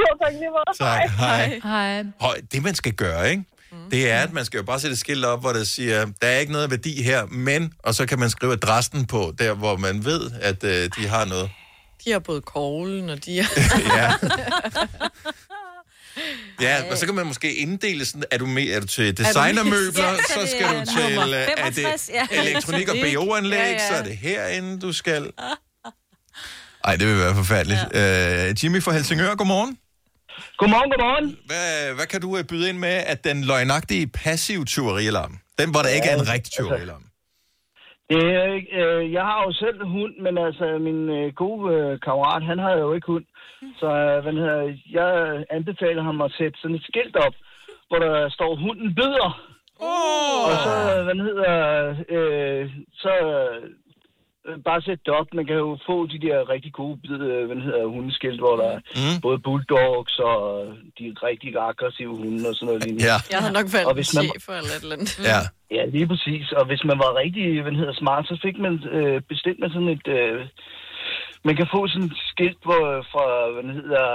Speaker 20: Jo, tak lige meget.
Speaker 1: Tak. Hej. Mm.
Speaker 3: Hej.
Speaker 1: Og det, man skal gøre, ikke? Det er, at man skal jo bare sætte et skilt op, hvor der siger, der er ikke noget værdi her, men, og så kan man skrive adressen på, der hvor man ved, at øh, de har noget.
Speaker 2: De har både koglen,
Speaker 19: <laughs>
Speaker 2: og de har...
Speaker 1: <laughs> Ja. Ja, og så kan man måske inddele sådan, er du, med, er du til designermøbler,
Speaker 4: Ja,
Speaker 1: så skal
Speaker 4: det
Speaker 1: du
Speaker 4: er
Speaker 1: til
Speaker 4: nummer
Speaker 1: øh, er det
Speaker 4: 65, ja.
Speaker 1: elektronik og BO-anlæg,
Speaker 4: Ja, ja.
Speaker 1: så er det herinde, du skal. <laughs> Ej, det vil være forfærdeligt. Ja. Øh, Jimmy fra Helsingør, godmorgen.
Speaker 19: Godmorgen, godmorgen.
Speaker 1: Hvad, hvad kan du øh, byde ind med, at den løgnagtige passiv tyverialarm, den hvor der ikke er en rigtig tyverialarm?
Speaker 19: Det, er ikke- øh, jeg har jo selv en hund, men altså min øh, gode øh, kammerat, han havde jo ikke hund. Så øh, hvad hedder, jeg anbefaler ham at sætte sådan et skilt op, hvor der står, hunden byder.
Speaker 1: Oh.
Speaker 19: Og så, øh, hvad hedder, øh, så øh, bare sætte det op. Man kan jo få de der rigtig gode bid, øh, hvad hedder, hundeskilt, hvor der mm. både bulldogs og de rigtig aggressive hunde og sådan noget lignende.
Speaker 1: Ja.
Speaker 2: Jeg havde nok
Speaker 19: Og
Speaker 2: valgt en
Speaker 19: hvis man-
Speaker 2: chef eller et eller andet.
Speaker 1: Ja.
Speaker 19: Ja, lige præcis. Og hvis man var rigtig hvad hedder, smart, så fik man øh, bestilt med sådan et... Øh, man kan få sådan et skilt hvor, fra, hvad hedder,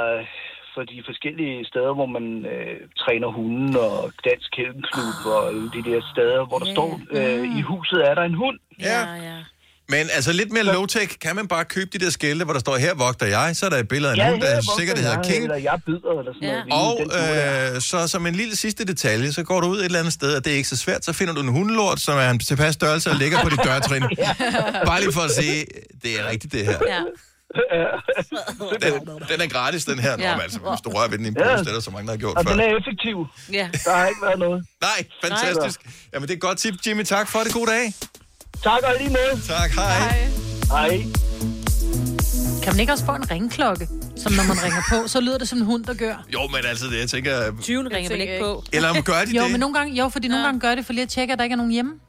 Speaker 19: fra de forskellige steder, hvor man øh, træner hunden og dansk kældenklub oh. og alle de der steder, hvor der står, øh, i huset er der en hund.
Speaker 1: Ja, ja. Men altså lidt mere low-tech, kan man bare købe de der skilte, hvor der står, her vogter jeg, så er der et billede af en hund,
Speaker 19: her
Speaker 1: der
Speaker 19: vokser
Speaker 1: sikkert hedder
Speaker 19: jeg,
Speaker 1: King,
Speaker 19: Eller jeg bider, eller sådan ja. noget.
Speaker 1: Og øh, så som en lille sidste detalje, så går du ud et eller andet sted, og det er ikke så svært, så finder du en hundelort, som
Speaker 3: <laughs>
Speaker 1: er en tilpas størrelse og ligger på dit dørtrin. Bare lige for at sige, det er rigtigt det her.
Speaker 4: Ja.
Speaker 1: den, den er gratis, den her. Nå,
Speaker 19: Ja.
Speaker 1: men altså, hvis du rører ved den i en pose,
Speaker 19: Ja.
Speaker 1: det er der så mange, der har gjort
Speaker 19: Og
Speaker 1: før.
Speaker 19: Altså, den er effektiv.
Speaker 21: <laughs>
Speaker 4: Ja.
Speaker 19: Der har ikke været noget.
Speaker 1: Nej, fantastisk. Jamen, det er et godt tip, Jimmy. Tak for det. God dag.
Speaker 19: Tak og lige med.
Speaker 1: Tak, hej. Hej.
Speaker 19: Hej.
Speaker 3: Kan man ikke også få en ringklokke, som når man ringer på, så lyder det som en hund, der gør?
Speaker 1: Jo, men altså, det, jeg tænker...
Speaker 4: Tyven ringer vel ikke på?
Speaker 1: Eller om gør de
Speaker 3: jo,
Speaker 1: det?
Speaker 3: Men nogle gange, jo, fordi nogle gange gør det for lige at tjekke, at der ikke er nogen hjemme.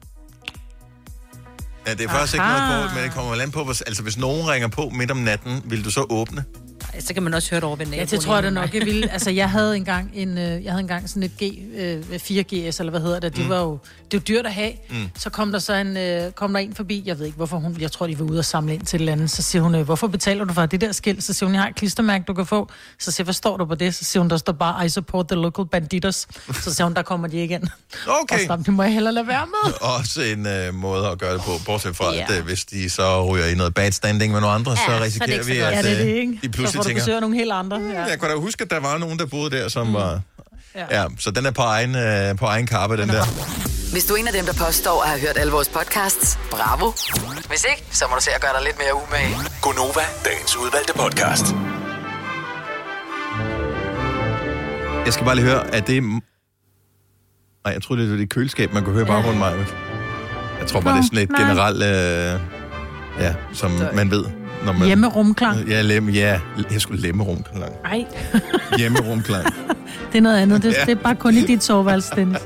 Speaker 1: Ja, det er faktisk ikke
Speaker 3: Aha.
Speaker 1: noget på, men det kommer vel an på, hvor- altså hvis nogen ringer på midt om natten, vil du så åbne?
Speaker 4: Ej, Så kan man også høre det over ved naboen.
Speaker 3: Ja, det tror jeg da nok, jeg ville. Altså, jeg havde engang, en, øh, jeg havde engang sådan et G, øh, 4GS, eller hvad hedder det. Det
Speaker 4: Mm.
Speaker 3: var jo det var dyrt at have.
Speaker 4: Mm.
Speaker 3: Mm. Så kom der så en, øh, kom der en forbi, jeg ved ikke, hvorfor hun, jeg tror, de var ude og samle ind til et eller andet. Så siger hun, øh, hvorfor betaler du for det der skilt? Så siger hun, jeg har et klistermærke, du kan få. Så siger jeg, hvad står du på det? Så siger hun, der står bare, I support the local banditos. Så siger hun, der kommer de igen.
Speaker 1: Okay.
Speaker 3: Og så, det må jeg hellere lade være med.
Speaker 1: <laughs> Også en øh, måde at gøre det på, bortset fra,
Speaker 3: Ja.
Speaker 1: yeah. at øh, hvis de så ryger i noget bad standing med nogle andre,
Speaker 3: Ja, så er
Speaker 1: så
Speaker 3: det
Speaker 1: risikerer
Speaker 3: ikke så
Speaker 1: vi,
Speaker 3: godt.
Speaker 1: at
Speaker 3: Ja, det er
Speaker 1: øh,
Speaker 3: det, ikke?
Speaker 1: de
Speaker 3: Så
Speaker 1: pludselig
Speaker 3: får du
Speaker 1: tænker...
Speaker 3: besøg af nogle helt andre. Ja.
Speaker 1: Jeg kunne da huske, at der var nogen, der boede der, som var...
Speaker 3: Ja.
Speaker 1: ja, så den er på egen, øh, på egen kappe, den der.
Speaker 5: Hvis du er en af dem, der påstår at have hørt alle vores podcasts, bravo. Hvis ikke, så må du se at gøre dig lidt mere umage.
Speaker 7: Gonova, dagens udvalgte podcast.
Speaker 1: Jeg skal bare lige høre, er det... Nej, jeg troede, det var det køleskab, man kunne høre i baggrunden, Maja. Jeg tror bare, det er sådan et
Speaker 3: Nej.
Speaker 1: generelt... Øh, ja, som man ved, når man...
Speaker 3: Hjemmerumklang.
Speaker 1: Ja, lem, ja, jeg skulle lemme rumklang.
Speaker 3: Nej,
Speaker 1: Hjemme rumklang.
Speaker 3: det er noget andet. Det,
Speaker 1: Ja.
Speaker 3: ja. det er bare kun i dit soveværelse, Dennis.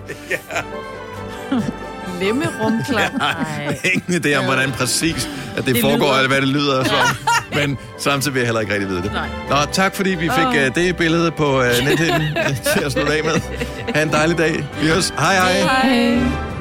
Speaker 2: Lemme rumklang.
Speaker 1: <laughs> Ingen idé om, hvordan præcis at det,
Speaker 2: Det
Speaker 1: det foregår,
Speaker 2: lyder.
Speaker 1: eller hvad det lyder som. <laughs> Men samtidig vil jeg heller ikke rigtig vide det.
Speaker 2: Nej.
Speaker 1: Nå, tak fordi vi fik
Speaker 2: Åh.
Speaker 1: uh, det billede
Speaker 2: <laughs>
Speaker 1: på uh, nethinden øh, til at slutte af med. Ha' en dejlig dag. Vi høres. Hej hej.
Speaker 2: Hej.